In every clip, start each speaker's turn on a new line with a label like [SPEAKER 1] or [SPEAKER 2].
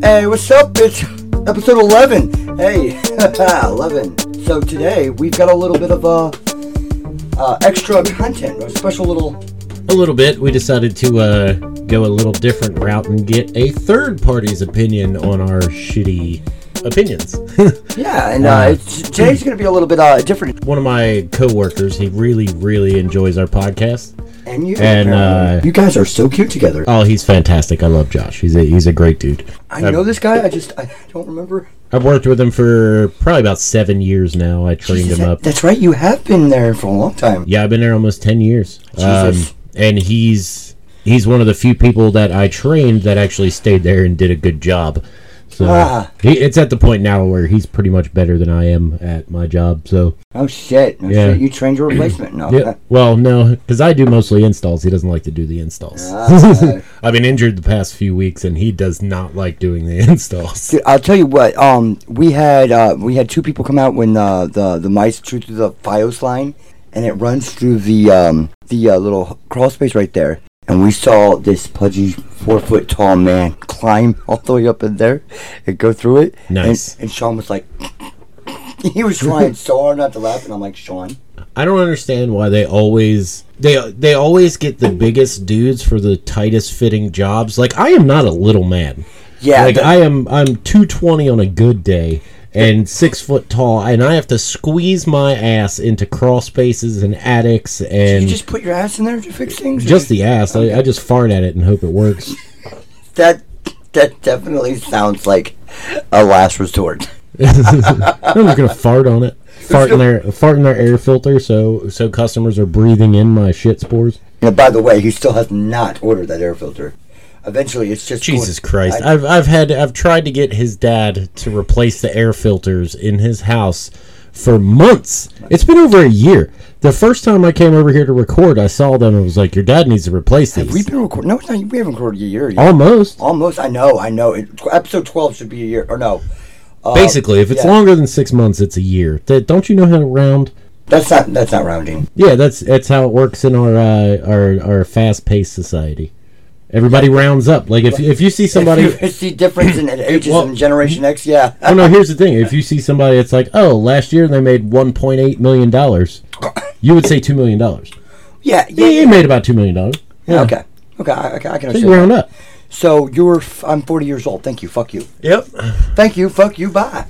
[SPEAKER 1] Hey, what's up? It's episode 11. Hey, 11. So today we've got a little bit of uh, uh, extra content, a special little.
[SPEAKER 2] A little bit. We decided to uh, go a little different route and get a third party's opinion on our shitty opinions.
[SPEAKER 1] Yeah, and uh, it's, today's going to be a little bit uh, different.
[SPEAKER 2] One of my coworkers, he really, really enjoys our podcast.
[SPEAKER 1] And you,
[SPEAKER 2] And, uh,
[SPEAKER 1] you guys are so cute together.
[SPEAKER 2] Oh, he's fantastic. I love Josh. He's a, he's a great dude.
[SPEAKER 1] I know this guy. I just I don't remember.
[SPEAKER 2] I've worked with him for probably about seven years now. I trained
[SPEAKER 1] Jesus,
[SPEAKER 2] him
[SPEAKER 1] that-
[SPEAKER 2] up.
[SPEAKER 1] That's right. You have been there for a long time.
[SPEAKER 2] Yeah, I've been there almost ten years. Um,
[SPEAKER 1] Jesus.
[SPEAKER 2] and he's he's one of the few people that I trained that actually stayed there and did a good job. So
[SPEAKER 1] Ah.
[SPEAKER 2] he, it's at the point now where he's pretty much better than I am at my job. So
[SPEAKER 1] Oh shit! No
[SPEAKER 2] Yeah.
[SPEAKER 1] shit. You trained your replacement. No.
[SPEAKER 2] yeah, well, no, because I do mostly installs. He doesn't like to do the installs.
[SPEAKER 1] Ah.
[SPEAKER 2] I've been injured the past few weeks, and he does not like doing the installs.
[SPEAKER 1] Dude, I'll tell you what. Um, we had uh, we had two people come out when uh, the the mice flew through the FiOS line, and it runs through the um the uh, little crawl space right there. And we saw this pudgy four foot tall man climb all the way up in there and go through it. And-
[SPEAKER 2] Nice.
[SPEAKER 1] And, Sean was like, he was trying so hard not to laugh, and I'm like, Sean,
[SPEAKER 2] I don't understand why they always they they always get the biggest dudes for the tightest fitting jobs. Like I am not a little man.
[SPEAKER 1] yeah,
[SPEAKER 2] like
[SPEAKER 1] the-
[SPEAKER 2] I am I'm 220 on a good day and six foot tall, and I have to squeeze my ass into crawl spaces and attics
[SPEAKER 1] you
[SPEAKER 2] and just,
[SPEAKER 1] just put your ass in there to fix things. or-
[SPEAKER 2] the ass. I, I just fart at it and hope it works.
[SPEAKER 1] that that definitely sounds like a last resort.
[SPEAKER 2] I'm just gonna fart on it. Fart in their fart in their air filter, so so customers are breathing in my shit spores.
[SPEAKER 1] Now, by the way, he still has not ordered that air filter. Eventually, it's just
[SPEAKER 2] Jesus
[SPEAKER 1] going-
[SPEAKER 2] Christ!
[SPEAKER 1] I-
[SPEAKER 2] I've I've had I've tried to get his dad to replace the air filters in his house for months. It's been over a year. The first time I came over here to record, I saw them and was like, "Your dad needs to replace these."
[SPEAKER 1] we've been Uh, recording. No, it's not, we haven't recorded a year.
[SPEAKER 2] Oh.
[SPEAKER 1] Yet.
[SPEAKER 2] Almost.
[SPEAKER 1] Almost. I know. I know. It, tw- episode twelve should be a year or no. Uh,
[SPEAKER 2] Basically, if it's
[SPEAKER 1] yeah.
[SPEAKER 2] longer than six months, it's a year. Th- Don't you know how to round?
[SPEAKER 1] That's not. That's not rounding.
[SPEAKER 2] Yeah, that's that's how it works in our uh, our our fast paced society. Everybody rounds up. Like if if you see somebody,
[SPEAKER 1] If you see difference in in ages
[SPEAKER 2] well-
[SPEAKER 1] and Generation X, yeah.
[SPEAKER 2] oh no, here's the thing. If you see somebody it's like, oh, last year they made one point eight million dollars, you would say two million dollars.
[SPEAKER 1] yeah, yeah,
[SPEAKER 2] Yeah, you
[SPEAKER 1] yeah.
[SPEAKER 2] made about two million dollars. Yeah.
[SPEAKER 1] Okay, okay, I, okay, I can
[SPEAKER 2] So you
[SPEAKER 1] understand.
[SPEAKER 2] round up.
[SPEAKER 1] So you're. F- I'm 40 years old. Thank you. Fuck you.
[SPEAKER 2] Yep.
[SPEAKER 1] Thank you. Fuck you. Bye.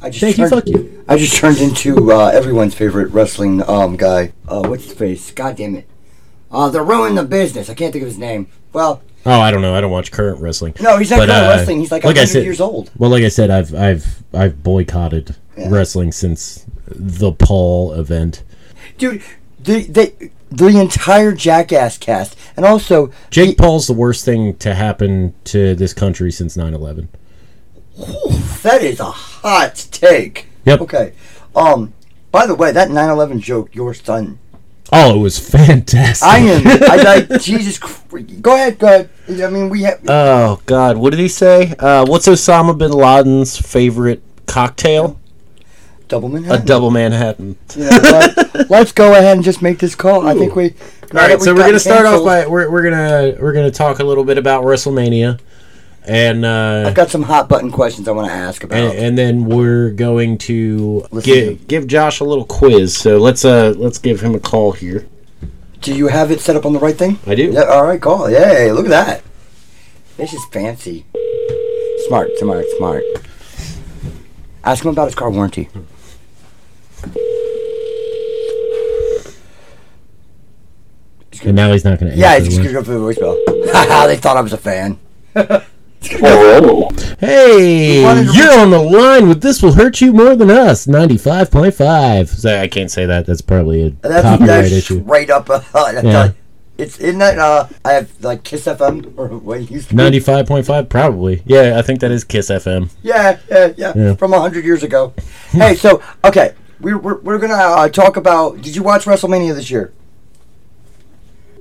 [SPEAKER 1] I just
[SPEAKER 2] Thank you, fuck you.
[SPEAKER 1] I just turned into uh, everyone's favorite wrestling um, guy. Uh, what's his face? God damn it. Uh, they're ruining the business. I can't think of his name. Well,
[SPEAKER 2] Oh, I don't know. I don't watch current wrestling.
[SPEAKER 1] no, he's not
[SPEAKER 2] But,
[SPEAKER 1] kind
[SPEAKER 2] uh,
[SPEAKER 1] wrestling. He's like,
[SPEAKER 2] like I
[SPEAKER 1] 100
[SPEAKER 2] said-
[SPEAKER 1] years old.
[SPEAKER 2] Well, like I said, I've I've I've boycotted
[SPEAKER 1] Yeah.
[SPEAKER 2] wrestling since the Paul event.
[SPEAKER 1] Dude, the, the, the entire Jackass cast. And also,
[SPEAKER 2] Jake Paul's the worst thing to happen to this country since 9/11.
[SPEAKER 1] that is a hot take.
[SPEAKER 2] Yep.
[SPEAKER 1] Okay. Um. By the way, that 9/11 joke, your son.
[SPEAKER 2] Oh, it was fantastic.
[SPEAKER 1] I am. I like Jesus. Christ. Go ahead. Go ahead. I mean, we have.
[SPEAKER 2] Oh God, what did he say? Uh, what's Osama bin Laden's favorite cocktail?
[SPEAKER 1] double Manhattan.
[SPEAKER 2] A double Manhattan.
[SPEAKER 1] Yeah, let, us go ahead and just make this call. I think we.
[SPEAKER 2] All right, so we're gonna start off by we're, we're gonna we're gonna talk a little bit about WrestleMania, and uh,
[SPEAKER 1] I've got some hot button questions I want to ask
[SPEAKER 2] and,
[SPEAKER 1] about.
[SPEAKER 2] and then we're going to
[SPEAKER 1] Listen to him.
[SPEAKER 2] give give Josh a little quiz. So let's uh let's give him a call here.
[SPEAKER 1] Do you have it set up on the right thing?
[SPEAKER 2] I do.
[SPEAKER 1] Yeah. All right. Call. Yay! Look at that. This is fancy. Smart. Smart. Smart. Ask him about his car warranty.
[SPEAKER 2] And now he's not gonna.
[SPEAKER 1] Yeah, it's
[SPEAKER 2] answer
[SPEAKER 1] just
[SPEAKER 2] the
[SPEAKER 1] gonna go for the voicemail. Haha, they thought I was a fan.
[SPEAKER 3] Hello.
[SPEAKER 2] one. Hey,
[SPEAKER 1] He wanted to-
[SPEAKER 2] you're on the line with this will hurt you more than us. Ninety five point five. So I can't say that. That's probably a
[SPEAKER 1] That's,
[SPEAKER 2] copyright
[SPEAKER 1] that's
[SPEAKER 2] issue.
[SPEAKER 1] straight up. Uh, that's
[SPEAKER 2] Yeah.
[SPEAKER 1] like- it's in that. Uh, I have like Kiss FM or what it used to be.
[SPEAKER 2] Ninety five point five, probably. Yeah, I think that is Kiss FM.
[SPEAKER 1] Yeah, yeah, yeah.
[SPEAKER 2] Yeah.
[SPEAKER 1] From a hundred years ago. hey, so okay, we, we're we're gonna uh, talk about. Did you watch WrestleMania this year?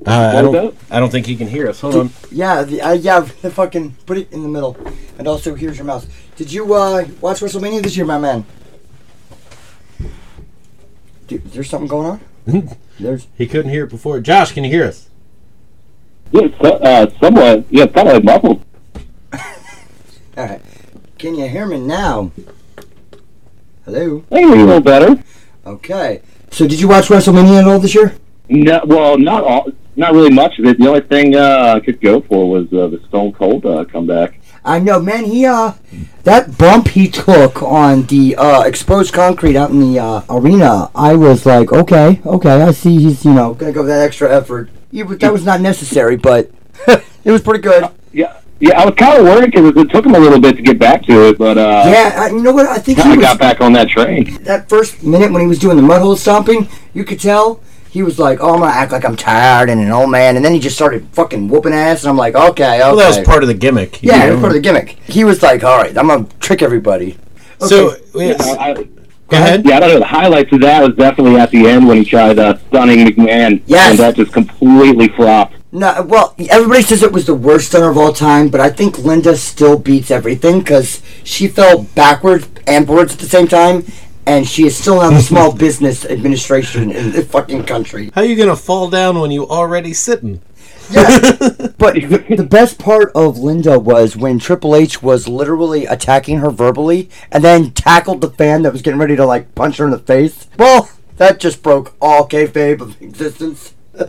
[SPEAKER 2] Uh, I
[SPEAKER 3] Hold
[SPEAKER 2] don't.
[SPEAKER 3] up.
[SPEAKER 2] I don't think he can hear us. Hold on.
[SPEAKER 1] Yeah, the uh, yeah, the fucking put it in the middle, and also here's your mouse. Did you uh, watch WrestleMania this year, my man? Dude, there's something going on. There's
[SPEAKER 2] He couldn't hear it before. Josh, can you hear us?
[SPEAKER 3] Yeah, so, uh, somewhat. Yeah, kind of like muffled.
[SPEAKER 1] all right. Can you hear me now? Hello.
[SPEAKER 3] I can hear you a little better.
[SPEAKER 1] Okay. So, did you watch WrestleMania at all this year?
[SPEAKER 3] No, well, not all, not really much of it. The only thing uh, I could go for was uh, the Stone Cold uh, comeback.
[SPEAKER 1] I know, man. He uh, that bump he took on the uh, exposed concrete out in the uh, arena. I was like, okay, okay, I see. He's you know gonna go that extra effort. He was, that was not necessary, but it was pretty good.
[SPEAKER 3] Yeah, yeah, I was kind of worried because it took him a little bit to get back to it, but uh,
[SPEAKER 1] Yeah, I, you know what? I think he
[SPEAKER 3] kind
[SPEAKER 1] was,
[SPEAKER 3] of got back on that train.
[SPEAKER 1] that first minute when he was doing the mud hole stomping, you could tell he was like, "Oh, I'm gonna act like I'm tired and an old man," and then he just started fucking whooping ass, and I'm like, "Okay, okay."
[SPEAKER 2] Well, that was part of the gimmick. you
[SPEAKER 1] yeah, it
[SPEAKER 2] know?
[SPEAKER 1] was part of the gimmick. He was like, "All right, I'm gonna trick everybody." Okay.
[SPEAKER 2] So,
[SPEAKER 3] Yeah,
[SPEAKER 2] it's-
[SPEAKER 3] I,
[SPEAKER 2] go ahead.
[SPEAKER 3] yeah, I don't know. The highlights of that was definitely at the end when he tried uh, stunning McMahon,
[SPEAKER 1] Yes.
[SPEAKER 3] and that just completely flopped.
[SPEAKER 1] No, well, everybody says it was the worst stunner of all time, but I think Linda still beats everything because she fell backwards and forwards at the same time, and she is still on the small business administration in the fucking country.
[SPEAKER 2] How you gonna fall down when you already sitting?
[SPEAKER 1] Yeah, but th- the best part of Linda was when Triple H was literally attacking her verbally, and then tackled the fan that was getting ready to like punch her in the face. Well, that just broke all kayfabe of existence.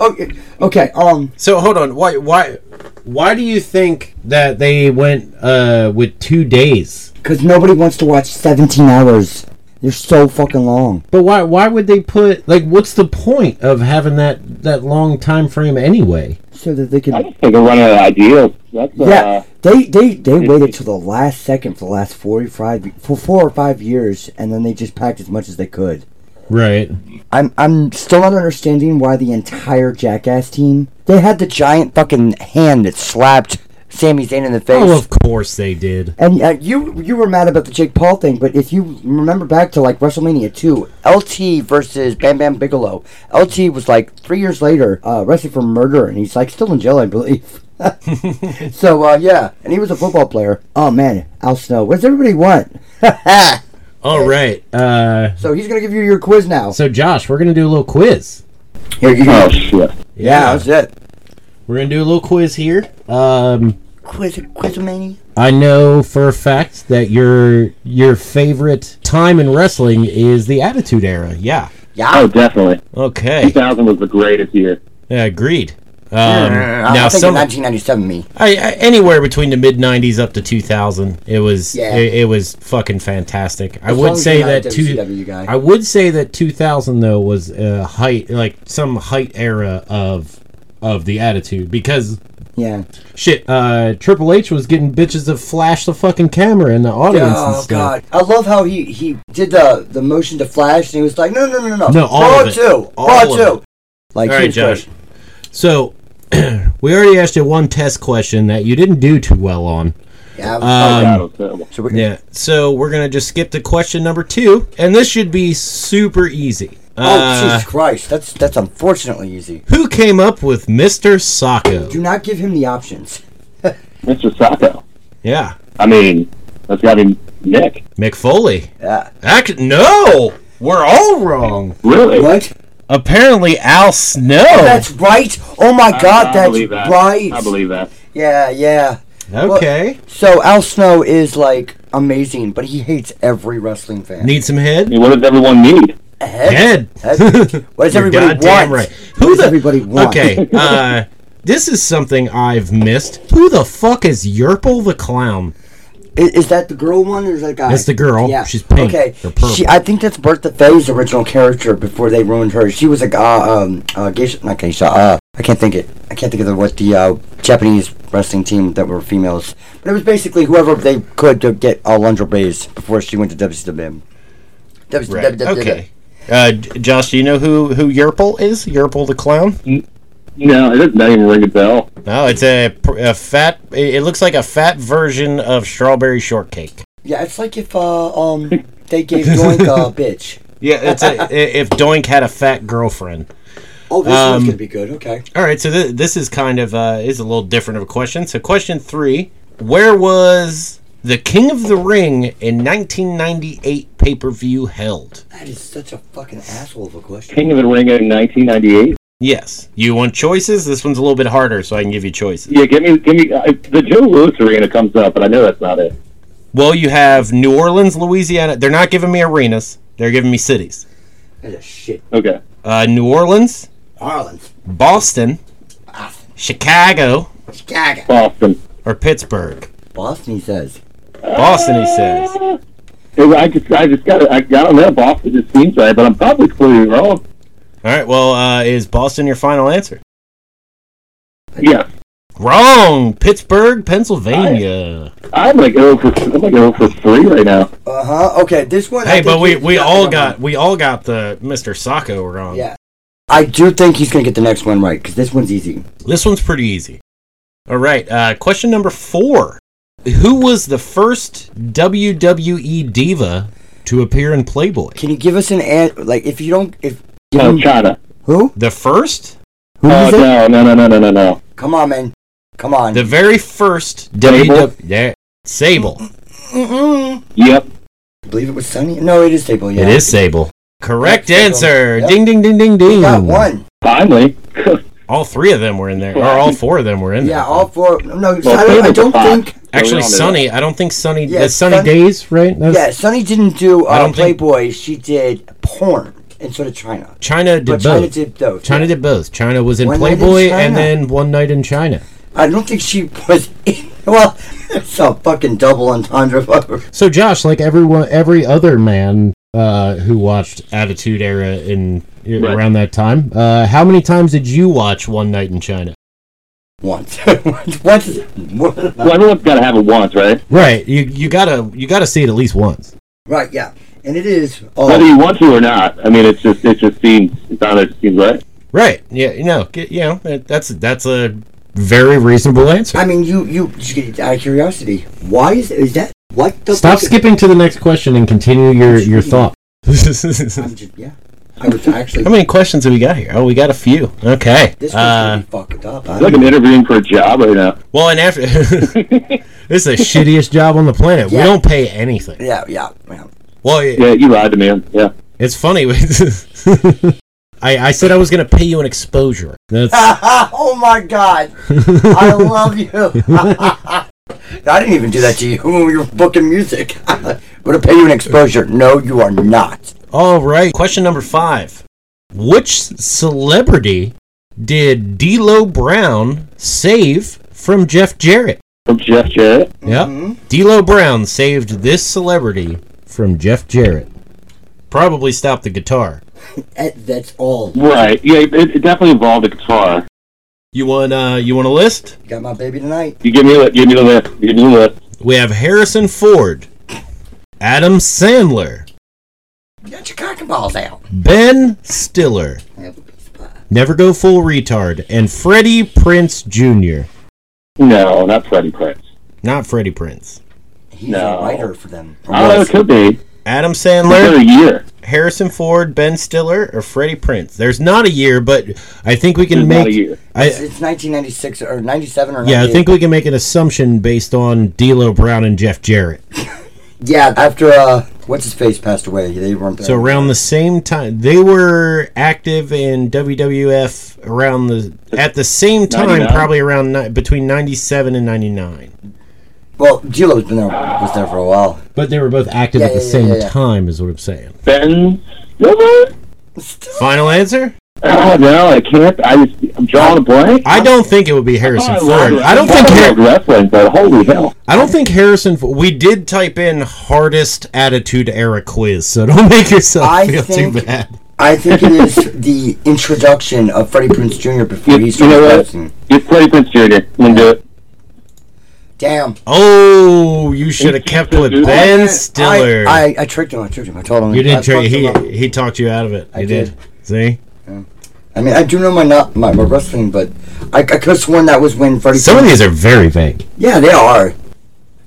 [SPEAKER 1] okay, okay, um,
[SPEAKER 2] So hold on. Why why why do you think that they went uh, with two days?
[SPEAKER 1] Because nobody wants to watch 17 hours. They're so fucking long.
[SPEAKER 2] But why why would they put like what's the point of having that that long time frame anyway?
[SPEAKER 1] So that they
[SPEAKER 3] I
[SPEAKER 1] can.
[SPEAKER 3] just think they're running out of ideas. That's
[SPEAKER 1] Yeah,
[SPEAKER 3] uh,
[SPEAKER 1] they they they waited till the last second for the last 45 for four or five years, and then they just packed as much as they could.
[SPEAKER 2] Right.
[SPEAKER 1] I'm I'm still not understanding why the entire Jackass team they had the giant fucking hand that slapped Sami Zayn in the face.
[SPEAKER 2] Oh, of course they did.
[SPEAKER 1] And uh, you you were mad about the Jake Paul thing, but if you remember back to like WrestleMania two, LT versus Bam Bam Bigelow, LT was like three years later uh, arrested for murder, and he's like still in jail, I believe. so uh, yeah, and he was a football player. Oh man, Al Snow, what does everybody want?
[SPEAKER 2] All right. Uh,
[SPEAKER 1] so he's gonna give you your quiz now.
[SPEAKER 2] so Josh, we're gonna do a little quiz.
[SPEAKER 1] Here you go.
[SPEAKER 3] oh shit.
[SPEAKER 1] Yeah, that's it.
[SPEAKER 2] We're gonna do a little quiz here. Um,
[SPEAKER 1] Quiz, quizmania.
[SPEAKER 2] I know for a fact that your your favorite time in wrestling is the Attitude Era. Yeah.
[SPEAKER 1] Yeah.
[SPEAKER 3] Oh, definitely.
[SPEAKER 2] Okay.
[SPEAKER 3] 2000 was the greatest year.
[SPEAKER 2] Yeah, agreed. Um,
[SPEAKER 1] I-
[SPEAKER 2] now,
[SPEAKER 1] I think
[SPEAKER 2] some, I,
[SPEAKER 1] 1997 me.
[SPEAKER 2] I, anywhere between the mid '90s up to 2000, it was
[SPEAKER 1] Yeah.
[SPEAKER 2] it, it was fucking fantastic. I
[SPEAKER 1] As long
[SPEAKER 2] would
[SPEAKER 1] as
[SPEAKER 2] say
[SPEAKER 1] you're not a
[SPEAKER 2] that two,
[SPEAKER 1] WCW guy.
[SPEAKER 2] I would say that 2000 though was a height like some height era of of the attitude because
[SPEAKER 1] Yeah.
[SPEAKER 2] shit, uh, Triple H was getting bitches to flash the fucking camera in the audience and
[SPEAKER 1] Oh
[SPEAKER 2] stuff.
[SPEAKER 1] god! I love how he he did the the motion to flash, and he was like, "No, no, no, no, no,
[SPEAKER 2] No, all
[SPEAKER 1] Raw
[SPEAKER 2] of it.
[SPEAKER 1] two,
[SPEAKER 2] All
[SPEAKER 1] Raw
[SPEAKER 2] of
[SPEAKER 1] two." Like,
[SPEAKER 2] All right,
[SPEAKER 1] here's
[SPEAKER 2] Josh.
[SPEAKER 1] great.
[SPEAKER 2] So we already asked you one test question that you didn't do too well on.
[SPEAKER 1] Yeah,
[SPEAKER 3] Oh,
[SPEAKER 1] um,
[SPEAKER 3] God, it was terrible.
[SPEAKER 1] so we,
[SPEAKER 2] Yeah. So we're gonna just skip to question number two, and this should be super easy.
[SPEAKER 1] Oh
[SPEAKER 2] Uh,
[SPEAKER 1] Jesus Christ! That's that's unfortunately easy.
[SPEAKER 2] who came up with Mr. Sacco?
[SPEAKER 1] Do not give him the options.
[SPEAKER 3] Mr. Sacco.
[SPEAKER 2] Yeah,
[SPEAKER 3] I mean, that's got to be Nick.
[SPEAKER 2] Mick Foley.
[SPEAKER 1] Yeah.
[SPEAKER 2] Act- no, we're all wrong.
[SPEAKER 3] Really?
[SPEAKER 1] What?
[SPEAKER 2] Apparently, Al Snow.
[SPEAKER 1] That's right. Oh my
[SPEAKER 3] I-
[SPEAKER 1] God,
[SPEAKER 3] I
[SPEAKER 1] that's
[SPEAKER 3] believe that.
[SPEAKER 1] right.
[SPEAKER 3] I believe that.
[SPEAKER 1] Yeah, yeah.
[SPEAKER 2] okay.
[SPEAKER 1] So Al Snow is like amazing, but he hates every wrestling fan.
[SPEAKER 2] Need some
[SPEAKER 3] I
[SPEAKER 2] head?
[SPEAKER 3] mean, what does everyone need?
[SPEAKER 1] Heck,
[SPEAKER 2] Head.
[SPEAKER 1] heck. what does
[SPEAKER 2] You're
[SPEAKER 1] everybody want?
[SPEAKER 2] goddamn right.
[SPEAKER 1] What
[SPEAKER 2] Who
[SPEAKER 1] does
[SPEAKER 2] the
[SPEAKER 1] everybody want?
[SPEAKER 2] Okay. Uh, this is something I've missed. Who the fuck is Yerple the clown?
[SPEAKER 1] I- Is, that the girl one or is that guy?
[SPEAKER 2] That's the girl. She's pink
[SPEAKER 1] Okay.
[SPEAKER 2] or purple.
[SPEAKER 1] She, I think that's Bertha Faye's original character before they ruined her. She was a guy, um, uh, geisha, not geisha. Uh, I can't think it. I can't think of the, what the uh, Japanese wrestling team that were females. But it was basically whoever they could to get all underbays before she went to WCW. WCW.
[SPEAKER 2] Okay. Uh, J- Josh, do you know who who Yerple is? Yerple the clown?
[SPEAKER 3] No, it doesn't even ring a bell.
[SPEAKER 2] No, it's a, pr- a fat. It it looks like a fat version of strawberry shortcake.
[SPEAKER 1] Yeah, it's like if uh, um they gave Doink a bitch.
[SPEAKER 2] Yeah, it's a, i- if Doink had a fat girlfriend.
[SPEAKER 1] Oh, this
[SPEAKER 2] Um,
[SPEAKER 1] one's gonna be good. Okay.
[SPEAKER 2] All right, so th- this is kind of uh, is a little different of a question. So question three: Where was the King of the Ring in 1998 pay per view held?
[SPEAKER 1] That is such a fucking asshole of a question.
[SPEAKER 3] King of the Ring in 1998.
[SPEAKER 2] Yes, you want choices. This one's a little bit harder, so I can give you choices.
[SPEAKER 3] Yeah, give me, give me uh, the Joe Louis Arena comes up, but I know that's not it.
[SPEAKER 2] Well, you have New Orleans, Louisiana. They're not giving me arenas. They're giving me cities.
[SPEAKER 1] That's a shit.
[SPEAKER 3] Okay.
[SPEAKER 2] Uh, New Orleans,
[SPEAKER 1] Orleans,
[SPEAKER 2] Boston, Chicago,
[SPEAKER 1] Chicago,
[SPEAKER 3] Boston.
[SPEAKER 2] or Pittsburgh.
[SPEAKER 1] Boston. He says.
[SPEAKER 2] Boston, he says.
[SPEAKER 3] Eh, It- I just, I just got, I got on that Boston. It seems right, but I'm probably clearly wrong.
[SPEAKER 2] All right. Well, uh, is Boston your final answer?
[SPEAKER 3] Yeah,
[SPEAKER 2] Wrong. Pittsburgh, Pennsylvania.
[SPEAKER 3] I'm like oh for, I'm like oh for three right now.
[SPEAKER 1] Uh huh. Okay, this one. I
[SPEAKER 2] Hey,
[SPEAKER 1] think
[SPEAKER 2] but we,
[SPEAKER 1] he's
[SPEAKER 2] we
[SPEAKER 1] got
[SPEAKER 2] all
[SPEAKER 1] the
[SPEAKER 2] got
[SPEAKER 1] number
[SPEAKER 2] we all got the Mr. Sacco wrong.
[SPEAKER 1] one. Yeah. I do think he's gonna get the next one right because this one's easy.
[SPEAKER 2] This one's pretty easy. All right. Uh, question number four: Who was the first WWE diva to appear in Playboy?
[SPEAKER 1] Can you give us an answer? Like, if you don't, if give
[SPEAKER 3] Oh,
[SPEAKER 1] him-
[SPEAKER 3] China.
[SPEAKER 1] who?
[SPEAKER 2] The first,
[SPEAKER 1] Who
[SPEAKER 3] Oh
[SPEAKER 1] is it?
[SPEAKER 3] no, no, no, no, no, no, no.
[SPEAKER 1] Come on, man. Come on.
[SPEAKER 2] the very first
[SPEAKER 3] Sable?
[SPEAKER 2] WWE. Yeah, Sable.
[SPEAKER 1] Mm-mm.
[SPEAKER 3] Yep.
[SPEAKER 1] I believe it was Sunny. No, it is Sable. Yeah.
[SPEAKER 4] It is Sable.
[SPEAKER 2] Correct
[SPEAKER 1] Sable.
[SPEAKER 2] answer.
[SPEAKER 1] Yep.
[SPEAKER 2] Ding ding ding ding ding.
[SPEAKER 1] We got one.
[SPEAKER 3] Finally.
[SPEAKER 2] All three of them were in there, or all four of them were in there.
[SPEAKER 1] Yeah, all four. No, I
[SPEAKER 3] Sable's
[SPEAKER 1] don't, I
[SPEAKER 3] a
[SPEAKER 1] don't
[SPEAKER 3] bot.
[SPEAKER 1] think.
[SPEAKER 2] Actually,
[SPEAKER 3] Early on,
[SPEAKER 2] Sunny. I don't think Sunny.
[SPEAKER 1] Yeah,
[SPEAKER 2] that's Sunny
[SPEAKER 1] Sun-
[SPEAKER 4] Days, right? That's-
[SPEAKER 1] Yeah, Sunny didn't do
[SPEAKER 2] I
[SPEAKER 1] uh,
[SPEAKER 2] don't think-
[SPEAKER 1] Playboy. She did porn instead of China.
[SPEAKER 4] China did
[SPEAKER 1] but
[SPEAKER 4] both.
[SPEAKER 1] China did those.
[SPEAKER 4] China
[SPEAKER 1] yeah.
[SPEAKER 4] did both. China was in
[SPEAKER 1] One Night in
[SPEAKER 4] Playboy
[SPEAKER 1] China.
[SPEAKER 4] and then One Night in China.
[SPEAKER 1] I don't think she was. In, well, it's a fucking double entendre.
[SPEAKER 4] So Josh, like everyone, every other man uh, who watched Attitude Era in
[SPEAKER 3] Right.
[SPEAKER 4] around that time, uh, how many times did you watch One Night in China?
[SPEAKER 1] Once. Once. Once.
[SPEAKER 3] Well, everyone's got to have it once, right?
[SPEAKER 4] Right. You you gotta you gotta see it at least once.
[SPEAKER 1] Right, yeah. And it is.
[SPEAKER 3] Whether
[SPEAKER 1] Oh,
[SPEAKER 3] you want to or not. I mean, it's just, it just seems, it's not, it seems right.
[SPEAKER 4] Right. Yeah. You know. get- You know. that- That's that's a very reasonable answer.
[SPEAKER 1] I mean, you, you, just get out of curiosity. Why is, is that? What the
[SPEAKER 4] Stop
[SPEAKER 1] fuck is-
[SPEAKER 4] skipping to the next question and continue your your thought.
[SPEAKER 1] I'm just, yeah. I was actually.
[SPEAKER 2] How many questions have we got here? Oh, we got a few. Okay.
[SPEAKER 1] This one's
[SPEAKER 2] Uh,
[SPEAKER 1] gonna be fucked up. I
[SPEAKER 3] It's like
[SPEAKER 1] don't-
[SPEAKER 3] I'm interviewing for a job right now.
[SPEAKER 2] well, and after
[SPEAKER 4] This is the shittiest job on the planet.
[SPEAKER 1] Yeah.
[SPEAKER 4] We don't pay anything.
[SPEAKER 1] yeah, yeah, yeah.
[SPEAKER 2] well, it-
[SPEAKER 3] Yeah, you lied to me. Yeah.
[SPEAKER 2] it's funny. I I said I was gonna pay you an exposure. That's
[SPEAKER 1] oh my god, I love you. I didn't even do that to you when we were booking music. I'm gonna pay you an exposure. No, you are not.
[SPEAKER 2] all right. Question number five: Which celebrity did D'Lo Brown save from Jeff Jarrett?
[SPEAKER 3] From Jeff Jarrett.
[SPEAKER 2] Yep. D'Lo Brown saved this celebrity from Jeff Jarrett. Probably stopped the guitar.
[SPEAKER 1] Eh, That's all.
[SPEAKER 3] Right. Yeah, it, it definitely involved a guitar.
[SPEAKER 2] You want uh you want a list?
[SPEAKER 1] You got my baby tonight.
[SPEAKER 3] You give me the, give me the list. Give me the list.
[SPEAKER 2] We have Harrison Ford, Adam Sandler,
[SPEAKER 1] You got your cock and balls out.
[SPEAKER 2] Ben Stiller,
[SPEAKER 1] Have a piece of pie.
[SPEAKER 2] Never Go Full Retard, and Freddie Prince Jr.
[SPEAKER 3] No, not Freddie Prince.
[SPEAKER 2] Not Freddie Prince.
[SPEAKER 1] He's
[SPEAKER 3] No.
[SPEAKER 1] a writer for them. Or
[SPEAKER 3] I don't know,
[SPEAKER 1] was.
[SPEAKER 3] it could be.
[SPEAKER 2] Adam
[SPEAKER 3] It's
[SPEAKER 2] Sandler,
[SPEAKER 3] been a year.
[SPEAKER 2] Harrison Ford, Ben Stiller, or Freddie Prince. There's not a year, but I think we
[SPEAKER 3] It's
[SPEAKER 2] can
[SPEAKER 3] not a
[SPEAKER 2] make.
[SPEAKER 3] year.
[SPEAKER 1] It's,
[SPEAKER 2] I,
[SPEAKER 1] it's 1996 or 97 or
[SPEAKER 4] Yeah, I
[SPEAKER 1] 98.
[SPEAKER 4] think we can make an assumption based on D'Lo Brown and Jeff Jarrett.
[SPEAKER 1] Yeah, after uh, what's his face passed away, they weren't there.
[SPEAKER 4] So around the same time, they were active in WWF around the at the same time,
[SPEAKER 3] 99?
[SPEAKER 4] probably around ni- between '97 and '99.
[SPEAKER 1] well, D'Lo's been there was there for a while.
[SPEAKER 4] But they were both active
[SPEAKER 1] Yeah,
[SPEAKER 4] at the
[SPEAKER 1] yeah, yeah,
[SPEAKER 4] same
[SPEAKER 1] yeah, yeah.
[SPEAKER 4] time, is what I'm saying.
[SPEAKER 3] Ben Stiller?
[SPEAKER 2] Final answer?
[SPEAKER 3] Oh, no, I can't. I just, I'm drawing a blank. Oh,
[SPEAKER 4] I don't think it would be Harrison
[SPEAKER 3] I
[SPEAKER 4] Ford.
[SPEAKER 3] love-
[SPEAKER 4] I don't think
[SPEAKER 3] I
[SPEAKER 4] Har-
[SPEAKER 3] love wrestling, but holy hell.
[SPEAKER 4] I don't think Harrison. Fo- We did type in hardest attitude era quiz, so don't make yourself
[SPEAKER 1] I
[SPEAKER 4] feel too
[SPEAKER 1] think-
[SPEAKER 4] bad.
[SPEAKER 1] I think it is the introduction of Freddie Prince Jr. before
[SPEAKER 3] You,
[SPEAKER 1] he
[SPEAKER 3] you know
[SPEAKER 1] started
[SPEAKER 3] what?
[SPEAKER 1] wrestling.
[SPEAKER 3] It's Freddie Prince Jr. I'm gonna do it.
[SPEAKER 1] Damn.
[SPEAKER 4] Oh, you should have kept with Ben Stiller.
[SPEAKER 1] I, I, I tricked him. I tricked him. I told him.
[SPEAKER 4] you
[SPEAKER 1] I
[SPEAKER 4] didn't. Tra-
[SPEAKER 1] fucked him up.
[SPEAKER 4] he he talked you out of it.
[SPEAKER 1] I
[SPEAKER 4] you did. See,
[SPEAKER 1] I mean, I do know my not my, my wrestling, but I, I could have sworn that was when Freddie.
[SPEAKER 4] some of
[SPEAKER 1] Prinze-
[SPEAKER 4] these are very vague.
[SPEAKER 1] Yeah, they are.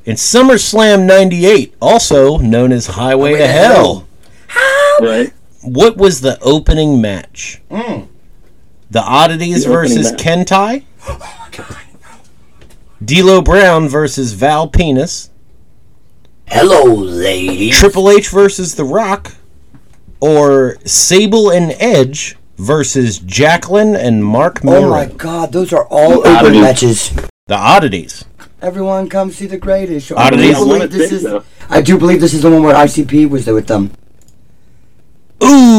[SPEAKER 2] In SummerSlam 98, also known as Highway to Hell,
[SPEAKER 3] Right.
[SPEAKER 2] what was the opening match?
[SPEAKER 1] Mm.
[SPEAKER 2] The Oddities
[SPEAKER 3] The opening
[SPEAKER 2] versus
[SPEAKER 3] match.
[SPEAKER 2] Kentai, D'Lo Brown versus Val Penis,
[SPEAKER 1] Hello, lady.
[SPEAKER 2] Triple H versus The Rock, or Sable and Edge versus Jacqueline and Mark
[SPEAKER 1] Oh my
[SPEAKER 2] Maron.
[SPEAKER 1] God, those are all
[SPEAKER 3] Outta
[SPEAKER 1] open
[SPEAKER 3] here.
[SPEAKER 1] matches.
[SPEAKER 2] the Oddities.
[SPEAKER 1] Everyone come see the greatest show.
[SPEAKER 2] Out of
[SPEAKER 1] I do
[SPEAKER 2] these
[SPEAKER 1] believe
[SPEAKER 3] limits,
[SPEAKER 1] this is,
[SPEAKER 3] though.
[SPEAKER 1] I do believe this is the one where ICP was there with them.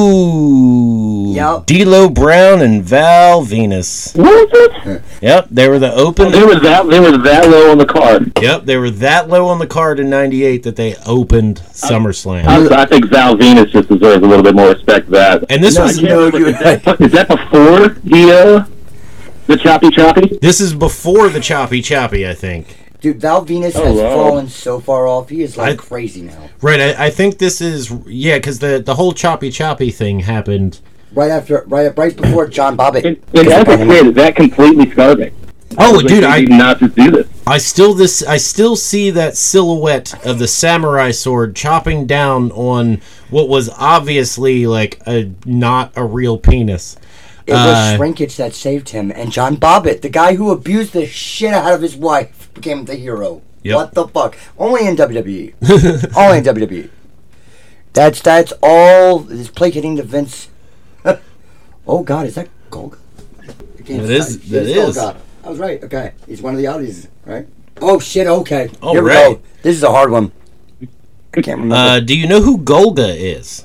[SPEAKER 2] Ooh.
[SPEAKER 1] Yep.
[SPEAKER 2] D'Lo Brown and Val Venus.
[SPEAKER 3] Was it?
[SPEAKER 2] Yep, they were the open.
[SPEAKER 3] They were that they were that low on the card.
[SPEAKER 2] Yep, they were that low on the card in '98 that they opened SummerSlam.
[SPEAKER 3] I, I think Val Venus just deserves a little bit more respect for that.
[SPEAKER 2] and this
[SPEAKER 1] No,
[SPEAKER 2] was
[SPEAKER 1] you know, you're
[SPEAKER 3] is,
[SPEAKER 1] right.
[SPEAKER 3] that, is that before the uh, the choppy choppy?
[SPEAKER 2] this is before the choppy choppy, I think.
[SPEAKER 1] Dude, Val Venus
[SPEAKER 3] Oh,
[SPEAKER 1] has
[SPEAKER 3] wow.
[SPEAKER 1] fallen so far off. He is like
[SPEAKER 2] I-
[SPEAKER 1] crazy now.
[SPEAKER 2] Right, I, I think this is yeah, because the the whole choppy choppy thing happened.
[SPEAKER 1] Right after, right, right before John Bobbitt.
[SPEAKER 3] And, and as a kid, that completely scarred me.
[SPEAKER 2] Oh,
[SPEAKER 3] Like,
[SPEAKER 2] dude,
[SPEAKER 3] they
[SPEAKER 2] I
[SPEAKER 3] did not just do this.
[SPEAKER 2] I still this I still see that silhouette of the samurai sword chopping down on what was obviously like a not a real penis.
[SPEAKER 1] It was shrinkage that saved him, and John Bobbitt, the guy who abused the shit out of his wife, became the hero.
[SPEAKER 2] Yep.
[SPEAKER 1] What the fuck? Only in E. WWE. Only in WWE. That's that's all. This plate hitting the Vince. oh God, is that Golga? I can't-
[SPEAKER 2] It is-
[SPEAKER 1] it's
[SPEAKER 2] it is.
[SPEAKER 1] Golga. I was right. Okay, he's one of the oddies, right? Oh shit. Okay.
[SPEAKER 2] All
[SPEAKER 1] Here we
[SPEAKER 2] right.
[SPEAKER 1] go. This is a hard one. I can't remember.
[SPEAKER 2] Uh, do you know who Golga is?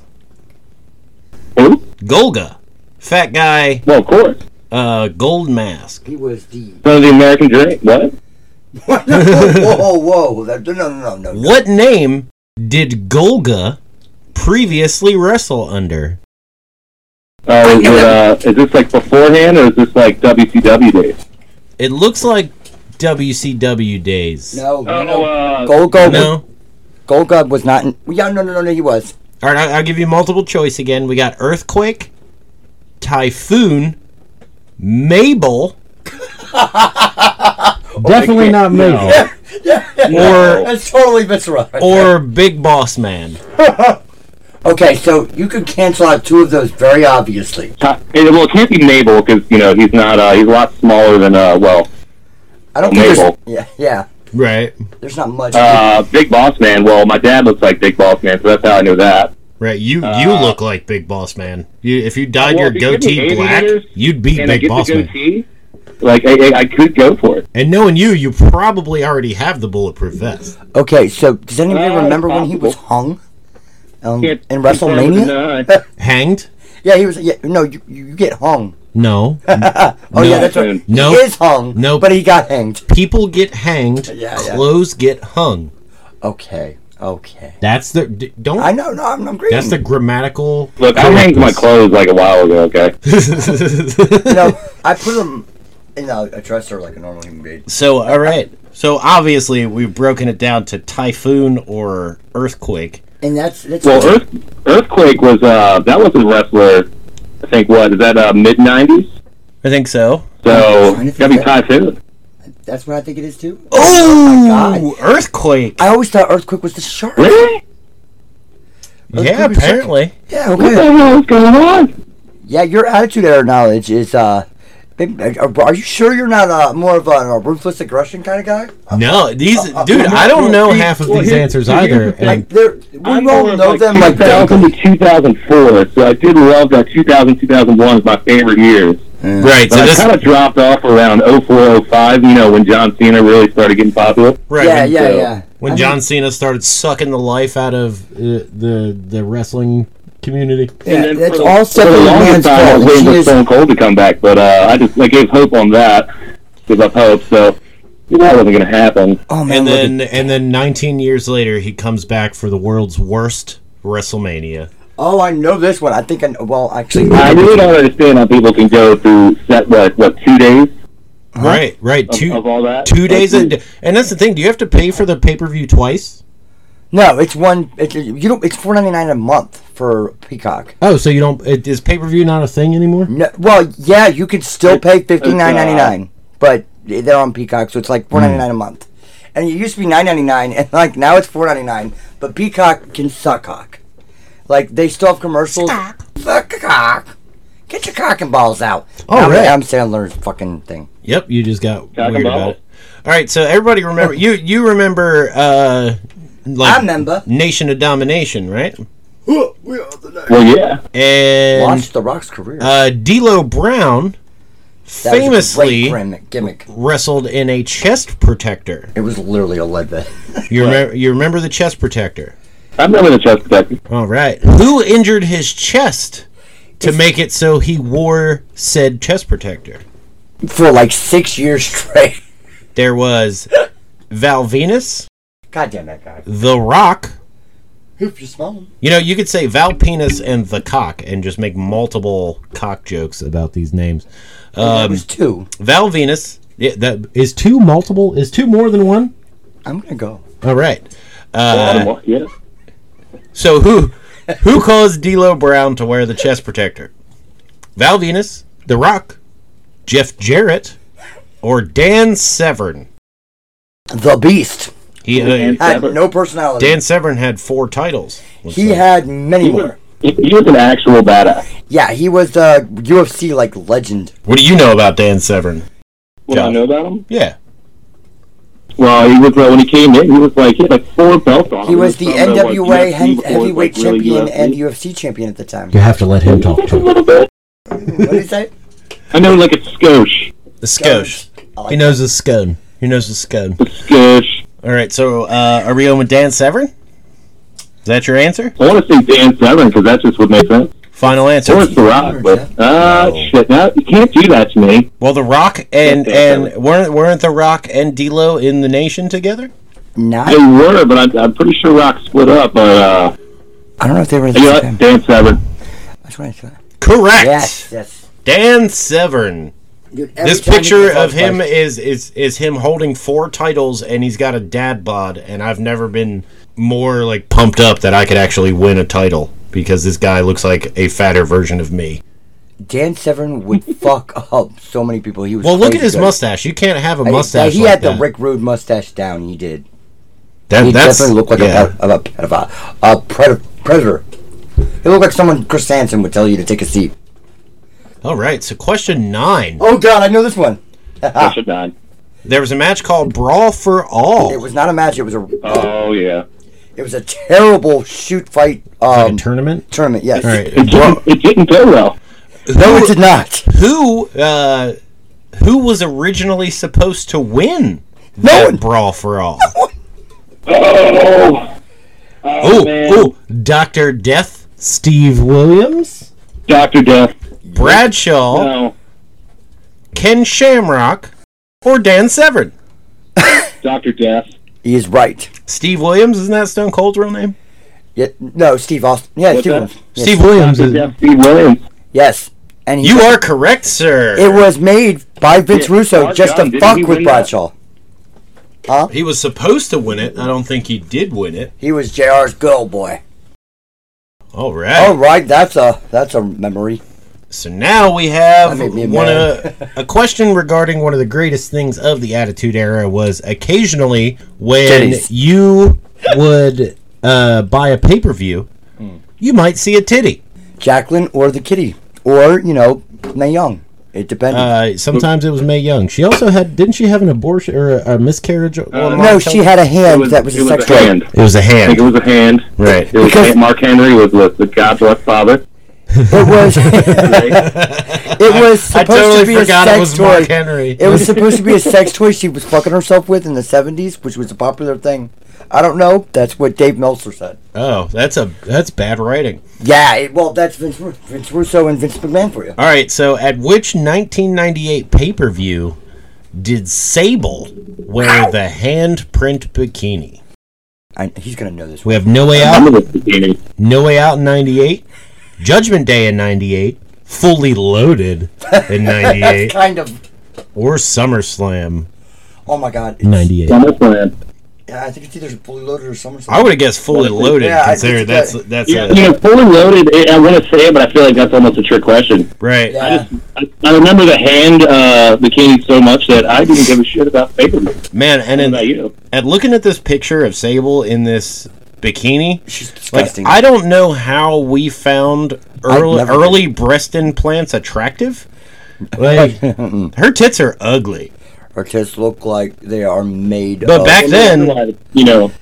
[SPEAKER 3] Who?
[SPEAKER 2] Golga, fat guy,
[SPEAKER 3] Well, of course.
[SPEAKER 2] uh, gold mask.
[SPEAKER 1] he was the.
[SPEAKER 3] Son of the American Dream. What?
[SPEAKER 1] whoa, whoa, whoa! That, no, no, no, no.
[SPEAKER 2] What name did Golga previously wrestle under?
[SPEAKER 3] Uh, is, it, uh, is this like beforehand or is this like WCW days?
[SPEAKER 2] It looks like WCW days.
[SPEAKER 1] No, no,
[SPEAKER 3] Oh,
[SPEAKER 1] no.
[SPEAKER 3] uh,
[SPEAKER 1] Golga was
[SPEAKER 2] No?
[SPEAKER 1] Golgub was not in. Yeah, no, no, no, no, he was.
[SPEAKER 2] All right, I'll, I'll give you multiple choice again. We got earthquake, typhoon, Mabel,
[SPEAKER 4] Definitely not Mabel.
[SPEAKER 2] or
[SPEAKER 1] That's totally viscera.
[SPEAKER 2] or Big Boss Man.
[SPEAKER 1] Okay, so you could cancel out two of those very obviously.
[SPEAKER 3] Ty- it- well, it can't be Mabel because you know he's not. Uh, he's a lot smaller than. Uh, well,
[SPEAKER 1] I don't think there's.
[SPEAKER 3] Mabel.
[SPEAKER 1] Yeah, yeah.
[SPEAKER 2] Right.
[SPEAKER 1] There's not much.
[SPEAKER 3] uh, Big Boss Man. Well, my dad looks like Big Boss Man, so that's how I knew that.
[SPEAKER 2] Right. You you look like Big Boss Man. You if you dyed
[SPEAKER 3] Uh, Well,
[SPEAKER 2] your
[SPEAKER 3] if you give me
[SPEAKER 2] goatee
[SPEAKER 3] 80
[SPEAKER 2] black,
[SPEAKER 3] years,
[SPEAKER 2] you'd be
[SPEAKER 3] And I
[SPEAKER 2] Big
[SPEAKER 3] get
[SPEAKER 2] Boss
[SPEAKER 3] the
[SPEAKER 2] Man.
[SPEAKER 3] goatee. Like I, I, I could go for it.
[SPEAKER 2] And knowing you, you probably already have the bulletproof vest.
[SPEAKER 1] okay, so does anybody
[SPEAKER 3] Uh,
[SPEAKER 1] remember when he
[SPEAKER 3] possible.
[SPEAKER 1] was hung? Um,
[SPEAKER 3] Can't
[SPEAKER 1] in
[SPEAKER 3] confirm or
[SPEAKER 1] WrestleMania?
[SPEAKER 3] deny.
[SPEAKER 2] Hanged?
[SPEAKER 1] Yeah, he was. Yeah, no, you, you get hung.
[SPEAKER 2] No.
[SPEAKER 1] Oh,
[SPEAKER 2] No.
[SPEAKER 1] yeah, that's right.
[SPEAKER 2] Nope.
[SPEAKER 1] He is hung.
[SPEAKER 2] Nope.
[SPEAKER 1] But he got hanged.
[SPEAKER 2] People get hanged.
[SPEAKER 1] Yeah, yeah.
[SPEAKER 2] clothes get hung.
[SPEAKER 1] Okay, okay.
[SPEAKER 2] That's the d- don't.
[SPEAKER 1] I know, no, I'm, I'm agreeing.
[SPEAKER 2] that's the grammatical.
[SPEAKER 3] Look, I hanged my clothes like a while ago. Okay.
[SPEAKER 1] You know, I put him in a, a dresser like a normal human being.
[SPEAKER 2] So, all right. So obviously, we've broken it down to typhoon or earthquake.
[SPEAKER 1] And that's. that's
[SPEAKER 3] Well, Earth, Earthquake was uh, that was a wrestler. I think what is that uh, mid '90s?
[SPEAKER 2] I think so.
[SPEAKER 3] So
[SPEAKER 1] trying to think
[SPEAKER 3] gotta be
[SPEAKER 1] of-
[SPEAKER 3] typhoon.
[SPEAKER 1] That's what I think it is, too.
[SPEAKER 2] Oh, earthquake!
[SPEAKER 1] I always thought Earthquake was the shark.
[SPEAKER 3] Really?
[SPEAKER 2] yeah,
[SPEAKER 1] Earthquake is
[SPEAKER 2] apparently.
[SPEAKER 1] Yeah,
[SPEAKER 3] What the
[SPEAKER 1] okay.
[SPEAKER 3] hell is going on?
[SPEAKER 1] Yeah, your attitude error knowledge is, uh, maybe- uh, are are you sure you're not uh, more of a, a ruthless aggression kind of guy?
[SPEAKER 2] No, these dude. I don't know half of
[SPEAKER 3] Well,
[SPEAKER 4] These
[SPEAKER 3] here-
[SPEAKER 4] answers
[SPEAKER 3] here's
[SPEAKER 4] either.
[SPEAKER 3] the thing.
[SPEAKER 4] And
[SPEAKER 1] Like, they're, we
[SPEAKER 3] I'm
[SPEAKER 1] all
[SPEAKER 3] more of,
[SPEAKER 1] know them like
[SPEAKER 3] 2000
[SPEAKER 1] that.
[SPEAKER 3] to 2004. So I did love that 2000 2001 is my favorite years.
[SPEAKER 2] Right.
[SPEAKER 3] But
[SPEAKER 2] So
[SPEAKER 3] I
[SPEAKER 2] this.
[SPEAKER 3] kind of dropped off around 04 05. You know when John Cena really started getting popular.
[SPEAKER 2] Right.
[SPEAKER 1] Yeah,
[SPEAKER 2] when,
[SPEAKER 1] yeah,
[SPEAKER 3] so.
[SPEAKER 1] yeah.
[SPEAKER 2] When
[SPEAKER 1] I mean,
[SPEAKER 2] John Cena started sucking the life out of uh, the the wrestling community.
[SPEAKER 1] yeah,
[SPEAKER 3] then
[SPEAKER 1] that's
[SPEAKER 3] for-
[SPEAKER 1] all
[SPEAKER 3] For the
[SPEAKER 1] separate man's
[SPEAKER 3] longest time, I was
[SPEAKER 1] fault.
[SPEAKER 3] waiting
[SPEAKER 1] She
[SPEAKER 3] for
[SPEAKER 1] is-
[SPEAKER 3] Stone Cold to come back, but uh, I just I gave hope on that. Give up hope, so that wasn't going to happen.
[SPEAKER 1] oh man,
[SPEAKER 2] And
[SPEAKER 1] look
[SPEAKER 2] then
[SPEAKER 1] at-
[SPEAKER 2] and then 19 years later, he comes back for the world's worst WrestleMania.
[SPEAKER 1] oh, I know this one. I think I know, well, actually,
[SPEAKER 3] I really don't understand how people can go through set what what two days
[SPEAKER 2] Right. Right.
[SPEAKER 3] Uh-huh. of,
[SPEAKER 2] Two
[SPEAKER 3] of all that.
[SPEAKER 2] two days
[SPEAKER 3] Like,
[SPEAKER 2] and and that's the thing. Do you have to pay for the pay per view twice?
[SPEAKER 1] no, it's one. It's you don't. It's four ninety nine a month for Peacock.
[SPEAKER 2] Oh, so you don't? it- Is pay per view not a thing anymore?
[SPEAKER 1] No, well, yeah, you could still pay
[SPEAKER 2] uh,
[SPEAKER 1] fifty nine ninety nine, but they're on Peacock, so it's
[SPEAKER 2] Hmm.
[SPEAKER 1] like four ninety nine a month. And it used to be nine ninety nine, and like now it's four ninety nine. But Peacock can suck cock. Like they still have commercials. Suck a cock. Get your cock and balls out.
[SPEAKER 2] All
[SPEAKER 1] Now
[SPEAKER 2] right.
[SPEAKER 1] Adam Sandler's fucking thing.
[SPEAKER 2] Yep, you just got
[SPEAKER 3] Talk
[SPEAKER 2] weird
[SPEAKER 3] about
[SPEAKER 2] about
[SPEAKER 3] it.
[SPEAKER 2] it. All right, so everybody remember you you remember uh like
[SPEAKER 1] I remember.
[SPEAKER 2] Nation of Domination, right?
[SPEAKER 1] we are the
[SPEAKER 3] Well, yeah,
[SPEAKER 2] And
[SPEAKER 1] Watch The Rock's career.
[SPEAKER 2] uh D'Lo Uh, Brown
[SPEAKER 1] That was a
[SPEAKER 2] famously
[SPEAKER 1] great grim- gimmick.
[SPEAKER 2] wrestled in a chest protector.
[SPEAKER 1] It was literally a lead bed.
[SPEAKER 2] You remember? You remember the chest protector?
[SPEAKER 3] I remember the chest protector.
[SPEAKER 2] All right. Who injured his chest to make it so he wore said chest protector?
[SPEAKER 1] for like six years straight.
[SPEAKER 2] There was Val Venus,
[SPEAKER 1] God damn that guy.
[SPEAKER 2] The Rock.
[SPEAKER 1] Hoop, you smell him.
[SPEAKER 2] You know, you could say Val Penis and The Cock and just make multiple cock jokes about these names. Um,
[SPEAKER 1] it was two.
[SPEAKER 2] Val Venus. Yeah, that is two multiple. Is two more than one?
[SPEAKER 1] I'm gonna go.
[SPEAKER 2] All right. Uh,
[SPEAKER 3] Baltimore, yeah.
[SPEAKER 2] so who who caused D'Lo Brown to wear the chest protector? Val Venus, The Rock, Jeff Jarrett, or Dan Severn?
[SPEAKER 1] The Beast
[SPEAKER 2] He uh,
[SPEAKER 3] Dan-
[SPEAKER 1] had
[SPEAKER 3] Sever-
[SPEAKER 1] no personality.
[SPEAKER 2] Dan Severn had four titles. looks
[SPEAKER 1] he
[SPEAKER 2] like.
[SPEAKER 1] had many
[SPEAKER 3] He was,
[SPEAKER 1] more.
[SPEAKER 3] he, he was an actual badass.
[SPEAKER 1] Yeah, he was a UFC like legend.
[SPEAKER 2] What do you know about Dan Severn?
[SPEAKER 3] What
[SPEAKER 2] Yeah.
[SPEAKER 3] I know about him?
[SPEAKER 2] Yeah.
[SPEAKER 3] Well, he was uh, when he came in, he was like he had like four belts on. him.
[SPEAKER 1] He was the
[SPEAKER 3] from, uh, what,
[SPEAKER 1] NWA
[SPEAKER 3] UFC
[SPEAKER 1] hen-
[SPEAKER 3] before it was,
[SPEAKER 1] heavyweight
[SPEAKER 3] like, really
[SPEAKER 1] champion
[SPEAKER 3] UFC.
[SPEAKER 1] and UFC champion at the time.
[SPEAKER 4] You have to let him talk.
[SPEAKER 3] Just a little bit.
[SPEAKER 1] what did he say?
[SPEAKER 3] I know like a skosh,
[SPEAKER 2] The Skosh.
[SPEAKER 1] I like
[SPEAKER 2] He knows the scone. He knows the scone.
[SPEAKER 3] a skosh.
[SPEAKER 2] All right, so uh, are we on with Dan Severn? Is that your answer?
[SPEAKER 3] I want to say Dan Severn because that's just what makes sense.
[SPEAKER 2] Final
[SPEAKER 3] Or
[SPEAKER 2] answer.
[SPEAKER 3] it's The Rock, but ah shit, now you can't do that to me.
[SPEAKER 2] Well, The Rock and
[SPEAKER 3] Dan
[SPEAKER 2] and
[SPEAKER 3] Severn.
[SPEAKER 2] weren't weren't The Rock and D'Lo in the Nation together?
[SPEAKER 1] Not.
[SPEAKER 3] They were, but I'm, I'm pretty sure Rock split up. But uh,
[SPEAKER 1] I don't know if they were the
[SPEAKER 3] you know
[SPEAKER 1] same.
[SPEAKER 3] what? Dan Severn.
[SPEAKER 1] That's what I thought.
[SPEAKER 2] Correct.
[SPEAKER 1] Yes, yes.
[SPEAKER 2] Dan Severn.
[SPEAKER 1] Dude, every
[SPEAKER 2] This
[SPEAKER 1] time he
[SPEAKER 2] picture
[SPEAKER 1] gets
[SPEAKER 2] of him
[SPEAKER 1] outspiced-
[SPEAKER 2] is is is him holding four titles and he's got a dad bod and I've never been more like pumped up that I could actually win a title because this guy looks like a fatter version of me.
[SPEAKER 1] Dan Severn would fuck up so many people. He was
[SPEAKER 2] Well, look
[SPEAKER 1] crazy
[SPEAKER 2] at his
[SPEAKER 1] good.
[SPEAKER 2] mustache. You can't have a
[SPEAKER 1] He-
[SPEAKER 2] mustache.
[SPEAKER 1] He
[SPEAKER 2] like
[SPEAKER 1] had the
[SPEAKER 2] that.
[SPEAKER 1] Rick Rude mustache down. He did.
[SPEAKER 2] That-
[SPEAKER 1] He
[SPEAKER 2] that's-
[SPEAKER 1] definitely looked like
[SPEAKER 2] yeah.
[SPEAKER 1] a, ped- of a, of a, a pred- predator. He looked like someone Chris Hansen would tell you to take a seat.
[SPEAKER 2] All right, so question nine.
[SPEAKER 1] Oh God, I know this one. Ah.
[SPEAKER 3] I should not.
[SPEAKER 2] There was a match called Brawl for All.
[SPEAKER 1] It was not a match. It was a
[SPEAKER 3] Oh yeah.
[SPEAKER 1] it was a terrible shoot fight um,
[SPEAKER 4] a tournament.
[SPEAKER 1] tournament. Yes,
[SPEAKER 2] All right.
[SPEAKER 3] It didn't, it didn't go well.
[SPEAKER 1] no, it did not.
[SPEAKER 2] Who uh, who was originally supposed to win
[SPEAKER 1] No
[SPEAKER 2] that
[SPEAKER 1] one.
[SPEAKER 2] Brawl for All?
[SPEAKER 3] Oh,
[SPEAKER 2] Oh,
[SPEAKER 3] man.
[SPEAKER 2] oh, Dr. Death,
[SPEAKER 4] Steve Williams.
[SPEAKER 3] Doctor Death.
[SPEAKER 1] Oh.
[SPEAKER 2] Bradshaw,
[SPEAKER 3] No,
[SPEAKER 2] Ken Shamrock, or Dan Severn?
[SPEAKER 3] Doctor Death.
[SPEAKER 1] He is right.
[SPEAKER 2] Steve Williams, isn't that Stone Cold's real name?
[SPEAKER 1] Yeah, no, Steve Austin. Yeah,
[SPEAKER 3] What's
[SPEAKER 1] Steve.
[SPEAKER 3] that?
[SPEAKER 1] Austin. Yes.
[SPEAKER 4] Steve Williams
[SPEAKER 3] Doctor
[SPEAKER 4] is
[SPEAKER 3] Death. Steve Williams.
[SPEAKER 1] Yes, and he,
[SPEAKER 2] You are correct, sir.
[SPEAKER 1] It was made by Vince
[SPEAKER 3] Yeah,
[SPEAKER 1] Russo
[SPEAKER 3] Scott
[SPEAKER 1] just
[SPEAKER 3] Young,
[SPEAKER 1] to
[SPEAKER 3] didn't
[SPEAKER 1] fuck
[SPEAKER 3] he
[SPEAKER 1] with
[SPEAKER 3] win that?
[SPEAKER 1] Bradshaw.
[SPEAKER 2] he was supposed to win it. I don't think he did win it.
[SPEAKER 1] He was JR's good old boy.
[SPEAKER 2] All
[SPEAKER 1] All
[SPEAKER 2] right.
[SPEAKER 1] right, that's a that's a memory.
[SPEAKER 2] So now we
[SPEAKER 1] That
[SPEAKER 2] have
[SPEAKER 1] made me
[SPEAKER 2] one
[SPEAKER 1] mad.
[SPEAKER 2] uh, a question regarding one of the greatest things of the Attitude Era was occasionally when
[SPEAKER 1] Titties.
[SPEAKER 2] you would uh, buy a pay per view,
[SPEAKER 1] Hmm.
[SPEAKER 2] you might see a titty.
[SPEAKER 1] Jacqueline or the kitty, or you know, Mae Young. It depended.
[SPEAKER 2] Uh, sometimes it was Mae Young. She also had didn't she have an abortion or a, a miscarriage?
[SPEAKER 3] no,
[SPEAKER 1] Uh, no, she had a hand Oh, that was
[SPEAKER 3] it
[SPEAKER 1] a
[SPEAKER 3] was
[SPEAKER 1] sex
[SPEAKER 3] a
[SPEAKER 1] rape.
[SPEAKER 3] hand.
[SPEAKER 2] It was a
[SPEAKER 3] I think it
[SPEAKER 2] hand.
[SPEAKER 3] was a hand.
[SPEAKER 2] Right.
[SPEAKER 3] It was
[SPEAKER 1] Because-
[SPEAKER 3] Mark Henry was the, the God bless father.
[SPEAKER 1] It was. it
[SPEAKER 3] Right?
[SPEAKER 1] was
[SPEAKER 2] I
[SPEAKER 1] supposed to
[SPEAKER 2] totally
[SPEAKER 1] be a
[SPEAKER 2] forgot
[SPEAKER 1] sex
[SPEAKER 2] it was
[SPEAKER 1] toy.
[SPEAKER 2] Mark Henry.
[SPEAKER 1] It was supposed to be a sex toy she was fucking herself with in the '70s, which was a popular thing. I don't know. That's what Dave Meltzer said.
[SPEAKER 2] oh, that's a that's bad writing.
[SPEAKER 1] Yeah, it, well, that's Vince, Ru- Vince Russo and Vince McMahon for you.
[SPEAKER 2] All right, so at which 1998 pay per view did Sable wear the handprint bikini?
[SPEAKER 1] I, he's gonna know this.
[SPEAKER 2] We have No Way
[SPEAKER 3] I'm
[SPEAKER 2] Out,
[SPEAKER 3] in the beginning.
[SPEAKER 2] No Way Out in 98, Judgment Day in 98, Fully Loaded in
[SPEAKER 1] That's
[SPEAKER 2] 98,
[SPEAKER 1] kind of.
[SPEAKER 2] or SummerSlam
[SPEAKER 1] Oh my God. it's-
[SPEAKER 4] in '98.
[SPEAKER 3] SummerSlam.
[SPEAKER 1] Yeah, I think it's either fully loaded or SummerSlam.
[SPEAKER 2] I would have guessed Fully Loaded,
[SPEAKER 1] Yeah, I
[SPEAKER 2] considering
[SPEAKER 1] think it's
[SPEAKER 2] that's that's
[SPEAKER 3] Yeah,
[SPEAKER 2] a,
[SPEAKER 3] you know, fully loaded. I- I want to say it, but I feel like that's almost a trick question.
[SPEAKER 2] right.
[SPEAKER 1] Yeah.
[SPEAKER 3] I just, I, I remember the hand uh, bikini so much that I didn't give a shit about paper. What
[SPEAKER 2] Man, and
[SPEAKER 3] about
[SPEAKER 2] in,
[SPEAKER 3] you?
[SPEAKER 2] at looking at this picture of Sable in this bikini,
[SPEAKER 1] She's
[SPEAKER 2] like
[SPEAKER 1] disgusting.
[SPEAKER 2] I don't know how we found early,
[SPEAKER 1] never
[SPEAKER 2] early breast implants attractive. Like her tits are ugly,
[SPEAKER 1] Her tits look like they are made.
[SPEAKER 2] but
[SPEAKER 1] of,
[SPEAKER 2] back then,
[SPEAKER 3] Like, you know,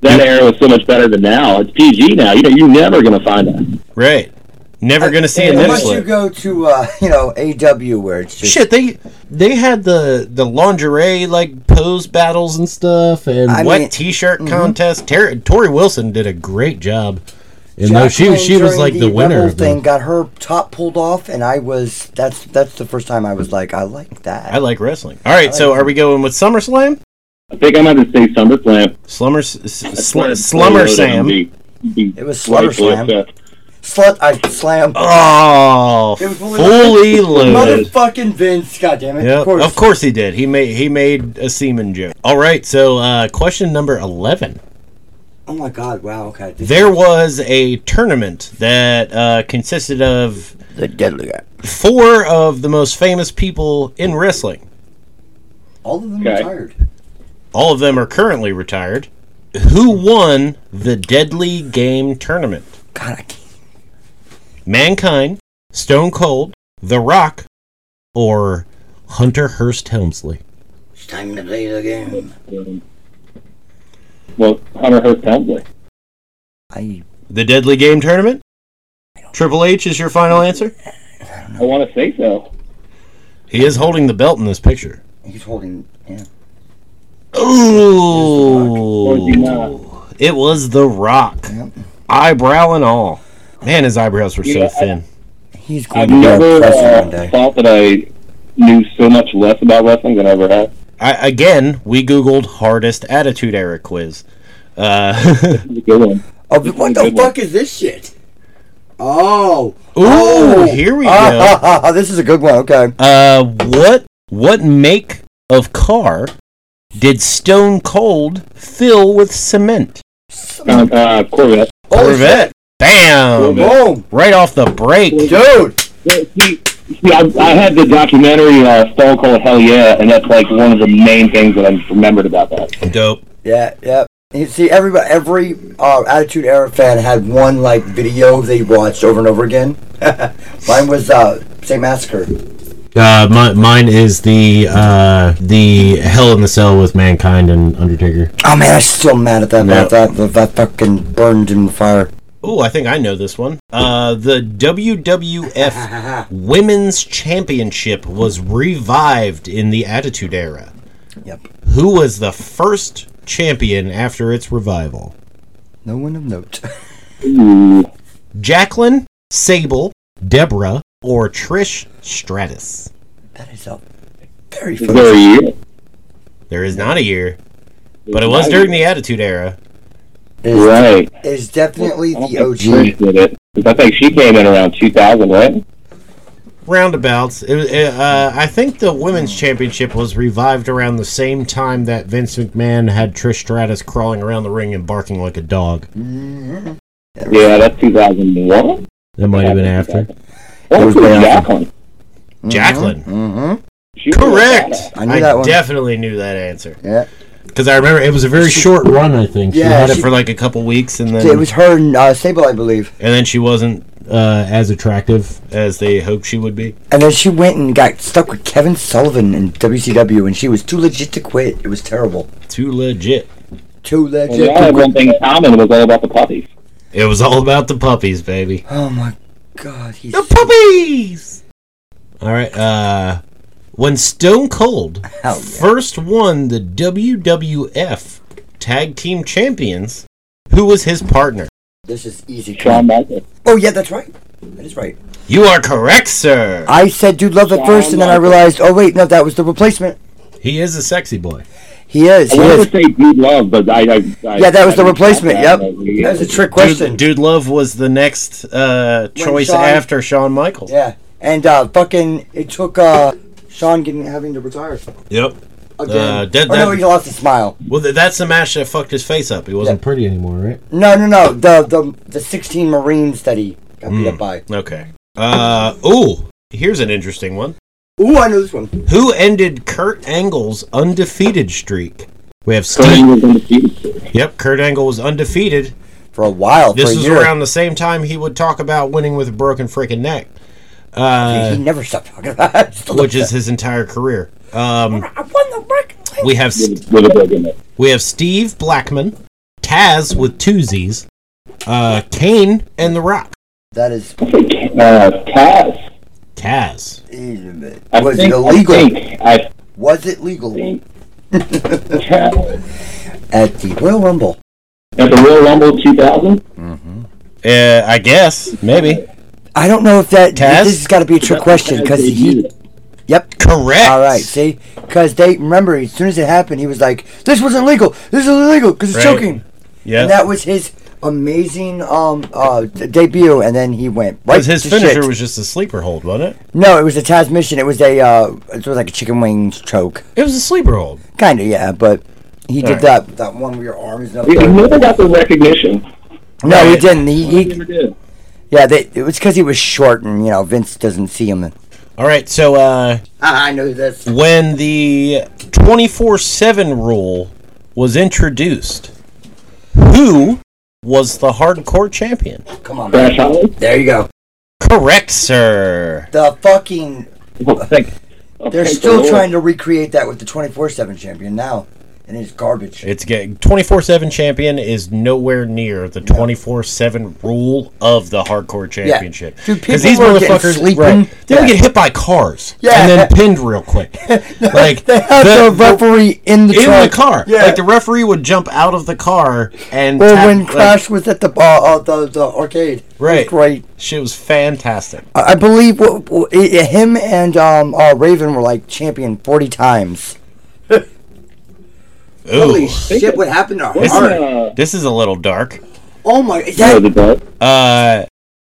[SPEAKER 3] that era was so much better than now. It's PG now. You know, you're never gonna find that.
[SPEAKER 2] right? Never gonna see a nip
[SPEAKER 1] Unless you
[SPEAKER 2] slip.
[SPEAKER 1] go to uh, you know AW where it's just
[SPEAKER 2] Shit, they they had the the lingerie like pose battles and
[SPEAKER 4] stuff and
[SPEAKER 1] I
[SPEAKER 2] wet
[SPEAKER 1] mean- mm-hmm.
[SPEAKER 2] t-shirt contest. Ter- Tori Wilson did a great job.
[SPEAKER 4] and though she she
[SPEAKER 1] Jacqueline
[SPEAKER 4] was like
[SPEAKER 1] during
[SPEAKER 4] the winner
[SPEAKER 1] Rebel
[SPEAKER 4] of
[SPEAKER 1] thing
[SPEAKER 4] the
[SPEAKER 1] got her top pulled off, and I was that's that's the first time I was like I like that.
[SPEAKER 2] I like wrestling. All right, so are we going with SummerSlam?
[SPEAKER 3] I think I'm going to say SummerSlam.
[SPEAKER 2] Slummer, s- s-
[SPEAKER 3] That's
[SPEAKER 2] sl-
[SPEAKER 3] where
[SPEAKER 2] Slummer
[SPEAKER 3] Toyota
[SPEAKER 2] Sam.
[SPEAKER 3] and the-
[SPEAKER 1] It was
[SPEAKER 3] Right,
[SPEAKER 1] SlummerSlam.
[SPEAKER 3] right, uh,
[SPEAKER 1] Slut, I slam.
[SPEAKER 2] Oh,
[SPEAKER 1] It was
[SPEAKER 2] fully
[SPEAKER 4] Oh,
[SPEAKER 2] loaded.
[SPEAKER 1] Motherfucking Vince, goddamn it!
[SPEAKER 2] Yep,
[SPEAKER 1] Of course.
[SPEAKER 2] he did. He made he made a semen joke. All right, so uh, question number eleven.
[SPEAKER 1] Oh my god! Wow. Okay. This
[SPEAKER 2] There was a tournament that uh, consisted of
[SPEAKER 1] the deadly guy.
[SPEAKER 2] four of the most famous people in wrestling.
[SPEAKER 1] All of them
[SPEAKER 3] Okay.
[SPEAKER 1] retired.
[SPEAKER 2] All of them are currently retired. Who won the Deadly Game tournament?
[SPEAKER 1] God, I can't.
[SPEAKER 2] Mankind, Stone Cold, The Rock, or Hunter Hearst Helmsley?
[SPEAKER 1] It's time to play the game.
[SPEAKER 3] um, Well, Hunter Hearst Helmsley.
[SPEAKER 1] I
[SPEAKER 2] The Deadly Game tournament? Triple H is your final answer?
[SPEAKER 3] I want to say so.
[SPEAKER 2] He is holding the belt in this picture.
[SPEAKER 1] he's holding. Yeah.
[SPEAKER 2] Ooh.
[SPEAKER 3] Is The Rock. Or is
[SPEAKER 2] It was The Rock.
[SPEAKER 1] Yep.
[SPEAKER 2] Eyebrow and all. Man, his eyebrows were so
[SPEAKER 3] Yeah, I-
[SPEAKER 2] thin.
[SPEAKER 1] He's going
[SPEAKER 3] I've
[SPEAKER 1] to be our
[SPEAKER 3] never
[SPEAKER 1] president one
[SPEAKER 3] uh,
[SPEAKER 1] day.
[SPEAKER 3] thought that I knew so much less about wrestling than I ever have.
[SPEAKER 2] I, again, we Googled hardest attitude era quiz. Uh,
[SPEAKER 3] This is a good one.
[SPEAKER 1] Oh, but what the
[SPEAKER 3] Good one.
[SPEAKER 1] fuck is this shit? Oh.
[SPEAKER 2] ooh, here we go.
[SPEAKER 1] Ah, this is a good one. Okay.
[SPEAKER 2] Uh, what what make of car did Stone Cold fill with cement?
[SPEAKER 3] Uh, uh, Corvette.
[SPEAKER 1] Oh,
[SPEAKER 2] Corvette. Bam!
[SPEAKER 1] Boom.
[SPEAKER 2] Right off the break.
[SPEAKER 1] Dude.
[SPEAKER 3] Well, See, see, I, I had the documentary uh, Stone Cold Hell Yeah, and that's like one of the main things that I remembered about that.
[SPEAKER 2] Dope.
[SPEAKER 1] Yeah. Yeah. You see, everybody, every uh, Attitude Era fan had one like video they watched over and over again. Mine was uh, Saint Massacre.
[SPEAKER 4] Uh, my, mine is the uh, the Hell in the Cell with Mankind and Undertaker.
[SPEAKER 1] Oh man, I'm still mad at that.
[SPEAKER 2] Yeah.
[SPEAKER 1] That, that that fucking burned in the fire.
[SPEAKER 2] Ooh, I think I know this one. Uh, the WWF
[SPEAKER 1] yeah,
[SPEAKER 2] Women's Championship was revived in the Attitude Era.
[SPEAKER 1] Yep.
[SPEAKER 2] Who was the first champion after its revival?
[SPEAKER 1] no one of note.
[SPEAKER 3] Ooh,
[SPEAKER 2] Jacqueline, Sable, Deborah, or Trish Stratus?
[SPEAKER 1] that is a very
[SPEAKER 3] is there a
[SPEAKER 1] funny.
[SPEAKER 3] year?
[SPEAKER 2] There is not a year, but it was during the Attitude Era.
[SPEAKER 1] Is,
[SPEAKER 3] Right.
[SPEAKER 1] is definitely
[SPEAKER 3] I don't
[SPEAKER 1] the
[SPEAKER 3] think Trish
[SPEAKER 1] OG.
[SPEAKER 3] did it. 'Cause I think she came in around 2000, right?
[SPEAKER 2] Roundabouts. It, was- it, uh, I think the women's championship was revived around the same time that Vince McMahon had Trish Stratus crawling around the ring and barking like a dog.
[SPEAKER 1] Mm-hmm.
[SPEAKER 3] Yeah, that's 2001.
[SPEAKER 4] That might have been after.
[SPEAKER 1] It
[SPEAKER 3] Oh,
[SPEAKER 1] was
[SPEAKER 3] it was
[SPEAKER 1] way after.
[SPEAKER 3] Jacqueline.
[SPEAKER 2] Jacqueline.
[SPEAKER 1] Mm-hmm.
[SPEAKER 3] She was
[SPEAKER 2] Correct.
[SPEAKER 3] a-
[SPEAKER 1] I knew that one.
[SPEAKER 2] definitely knew that answer
[SPEAKER 1] Yeah.
[SPEAKER 2] because I remember it was a very short.
[SPEAKER 4] Short run, I think. She
[SPEAKER 1] Yeah,
[SPEAKER 4] had
[SPEAKER 2] Had
[SPEAKER 4] it
[SPEAKER 2] it for like a couple weeks, and then
[SPEAKER 1] It was her and uh, Sable, I believe.
[SPEAKER 2] and then she wasn't
[SPEAKER 4] uh, as attractive.
[SPEAKER 2] as they hoped she would be.
[SPEAKER 1] And then she went and got stuck with Kevin Sullivan in WCW, and she was too legit to quit. It was terrible.
[SPEAKER 2] Too legit.
[SPEAKER 1] Too
[SPEAKER 3] Well,
[SPEAKER 1] legit.
[SPEAKER 3] they all
[SPEAKER 1] to
[SPEAKER 3] had
[SPEAKER 1] quit.
[SPEAKER 3] one thing in common. It was all about the puppies.
[SPEAKER 2] It was all about the puppies, baby.
[SPEAKER 1] Oh my god, he's
[SPEAKER 2] The puppies. All right. Uh, when Stone Cold
[SPEAKER 1] Hell yeah.
[SPEAKER 2] first won the WWF Tag Team Champions, who was his partner?
[SPEAKER 1] This is easy.
[SPEAKER 3] Shawn Michaels.
[SPEAKER 1] Oh yeah, that's right. That is right.
[SPEAKER 2] You are correct, sir.
[SPEAKER 1] I said dude love at first, and then I realized, oh wait, no, that was the replacement.
[SPEAKER 2] He is a sexy boy.
[SPEAKER 1] He is.
[SPEAKER 3] I
[SPEAKER 1] He
[SPEAKER 3] wanted
[SPEAKER 1] is.
[SPEAKER 3] to say Dude Love, but I. I, I
[SPEAKER 1] Yeah, that was the
[SPEAKER 3] I missed
[SPEAKER 1] replacement.
[SPEAKER 3] that.
[SPEAKER 1] Yep.
[SPEAKER 3] Yeah.
[SPEAKER 1] That was a trick question.
[SPEAKER 2] Dude, Dude Love was the next uh, choice
[SPEAKER 1] Shawn-
[SPEAKER 2] after Shawn Michaels.
[SPEAKER 1] Yeah. And uh, fucking, it took uh, Sean getting having to retire
[SPEAKER 2] Yep.
[SPEAKER 1] again.
[SPEAKER 2] Uh, that-
[SPEAKER 1] oh no,
[SPEAKER 2] that-
[SPEAKER 1] he lost his smile.
[SPEAKER 2] Well, th- that's the match that fucked his face up. He
[SPEAKER 4] Wasn't
[SPEAKER 2] wasn't.
[SPEAKER 4] pretty anymore, right?
[SPEAKER 1] No, no, no. The the the 16 Marines that he got
[SPEAKER 2] Mm.
[SPEAKER 1] beat up by.
[SPEAKER 2] Okay. Uh, ooh, here's an interesting one.
[SPEAKER 1] Ooh, I know this one.
[SPEAKER 2] Who ended Kurt Angle's undefeated streak? We have
[SPEAKER 3] Kurt
[SPEAKER 2] Steve.
[SPEAKER 3] Angle was undefeated.
[SPEAKER 2] Yep, Kurt Angle was undefeated.
[SPEAKER 1] For a while,
[SPEAKER 2] This
[SPEAKER 1] for a
[SPEAKER 2] was
[SPEAKER 1] year,
[SPEAKER 2] around the same time he would talk about winning with a broken freaking neck,
[SPEAKER 1] he,
[SPEAKER 2] uh,
[SPEAKER 1] he never stopped talking about. it. Still
[SPEAKER 2] which is
[SPEAKER 1] upset.
[SPEAKER 2] his entire career. Um,
[SPEAKER 1] I won the record.
[SPEAKER 2] we have st-
[SPEAKER 3] With a big in it.
[SPEAKER 2] we have Steve Blackman, Taz with two Z's, uh, Kane, and The Rock.
[SPEAKER 1] That is
[SPEAKER 3] I think uh, Taz.
[SPEAKER 2] Taz.
[SPEAKER 1] Easy,
[SPEAKER 3] I
[SPEAKER 1] was
[SPEAKER 3] think,
[SPEAKER 1] it illegal?
[SPEAKER 3] I think, I
[SPEAKER 1] Was it legal
[SPEAKER 3] think Taz
[SPEAKER 1] at the Royal Rumble?
[SPEAKER 3] at the Royal Rumble 2000.
[SPEAKER 2] Uh, I guess maybe
[SPEAKER 1] I don't know if that.
[SPEAKER 2] Taz?
[SPEAKER 1] This has got to be a trick question because he. Yep.
[SPEAKER 2] correct.
[SPEAKER 1] All right. See, because they remember as soon as it happened, he was like, "This was illegal. This is illegal because it's
[SPEAKER 2] Right.
[SPEAKER 1] choking."
[SPEAKER 2] yeah,
[SPEAKER 1] And that was his amazing um uh d- debut, and then he went right.
[SPEAKER 2] because his
[SPEAKER 1] to
[SPEAKER 2] finisher
[SPEAKER 1] shit.
[SPEAKER 2] was just a sleeper hold, wasn't it?
[SPEAKER 1] no, it was a Taz mission. It was a uh, it was like a chicken wings choke,
[SPEAKER 2] It was a sleeper hold.
[SPEAKER 1] kind of yeah, but. He did
[SPEAKER 2] Alright.
[SPEAKER 1] that that one with your arms up.
[SPEAKER 3] He
[SPEAKER 1] there.
[SPEAKER 3] never got the recognition.
[SPEAKER 1] No, he
[SPEAKER 2] Right.
[SPEAKER 1] didn't. He,
[SPEAKER 3] He
[SPEAKER 1] he
[SPEAKER 3] never did.
[SPEAKER 1] Yeah, they, it was because he was short, and you know Vince doesn't see him. And,
[SPEAKER 2] All right, so uh,
[SPEAKER 1] ah, I know this.
[SPEAKER 2] when the 24 7 rule was introduced, who was the hardcore champion?
[SPEAKER 1] Come on, man.
[SPEAKER 3] Crash Holly.
[SPEAKER 1] there you go.
[SPEAKER 2] Correct, sir.
[SPEAKER 1] The fucking
[SPEAKER 3] Well, thank- well,
[SPEAKER 1] they're
[SPEAKER 3] thank
[SPEAKER 1] still
[SPEAKER 3] the
[SPEAKER 1] trying to recreate that with the twenty four seven champion now, and it's garbage.
[SPEAKER 2] It's getting 24 7 champion is nowhere near the 24 7 rule of the hardcore championship.
[SPEAKER 1] Dude, people
[SPEAKER 2] these
[SPEAKER 1] were getting
[SPEAKER 2] motherfuckers,
[SPEAKER 1] sleeping.
[SPEAKER 2] right, they
[SPEAKER 1] Yeah.
[SPEAKER 2] would get hit by cars
[SPEAKER 1] Yeah.
[SPEAKER 2] and then pinned real quick. like
[SPEAKER 1] They have the, referee in the
[SPEAKER 2] in
[SPEAKER 1] truck.
[SPEAKER 2] the car.
[SPEAKER 1] Yeah.
[SPEAKER 2] Like the referee would jump out of the car and
[SPEAKER 1] or
[SPEAKER 2] tap-
[SPEAKER 1] when
[SPEAKER 2] like,
[SPEAKER 1] Crash was at the uh, uh, the the arcade.
[SPEAKER 2] Right.
[SPEAKER 1] Great.
[SPEAKER 2] shit was fantastic.
[SPEAKER 1] I I believe w- w- i- i- him and um, uh, Raven were like champion forty times.
[SPEAKER 2] Ooh.
[SPEAKER 1] shit! What happened to
[SPEAKER 2] This,
[SPEAKER 3] Lord.
[SPEAKER 1] her?
[SPEAKER 3] Uh,
[SPEAKER 2] this is a little dark.
[SPEAKER 1] Oh my! is
[SPEAKER 3] yeah,
[SPEAKER 1] that-
[SPEAKER 3] the belt.
[SPEAKER 2] Uh,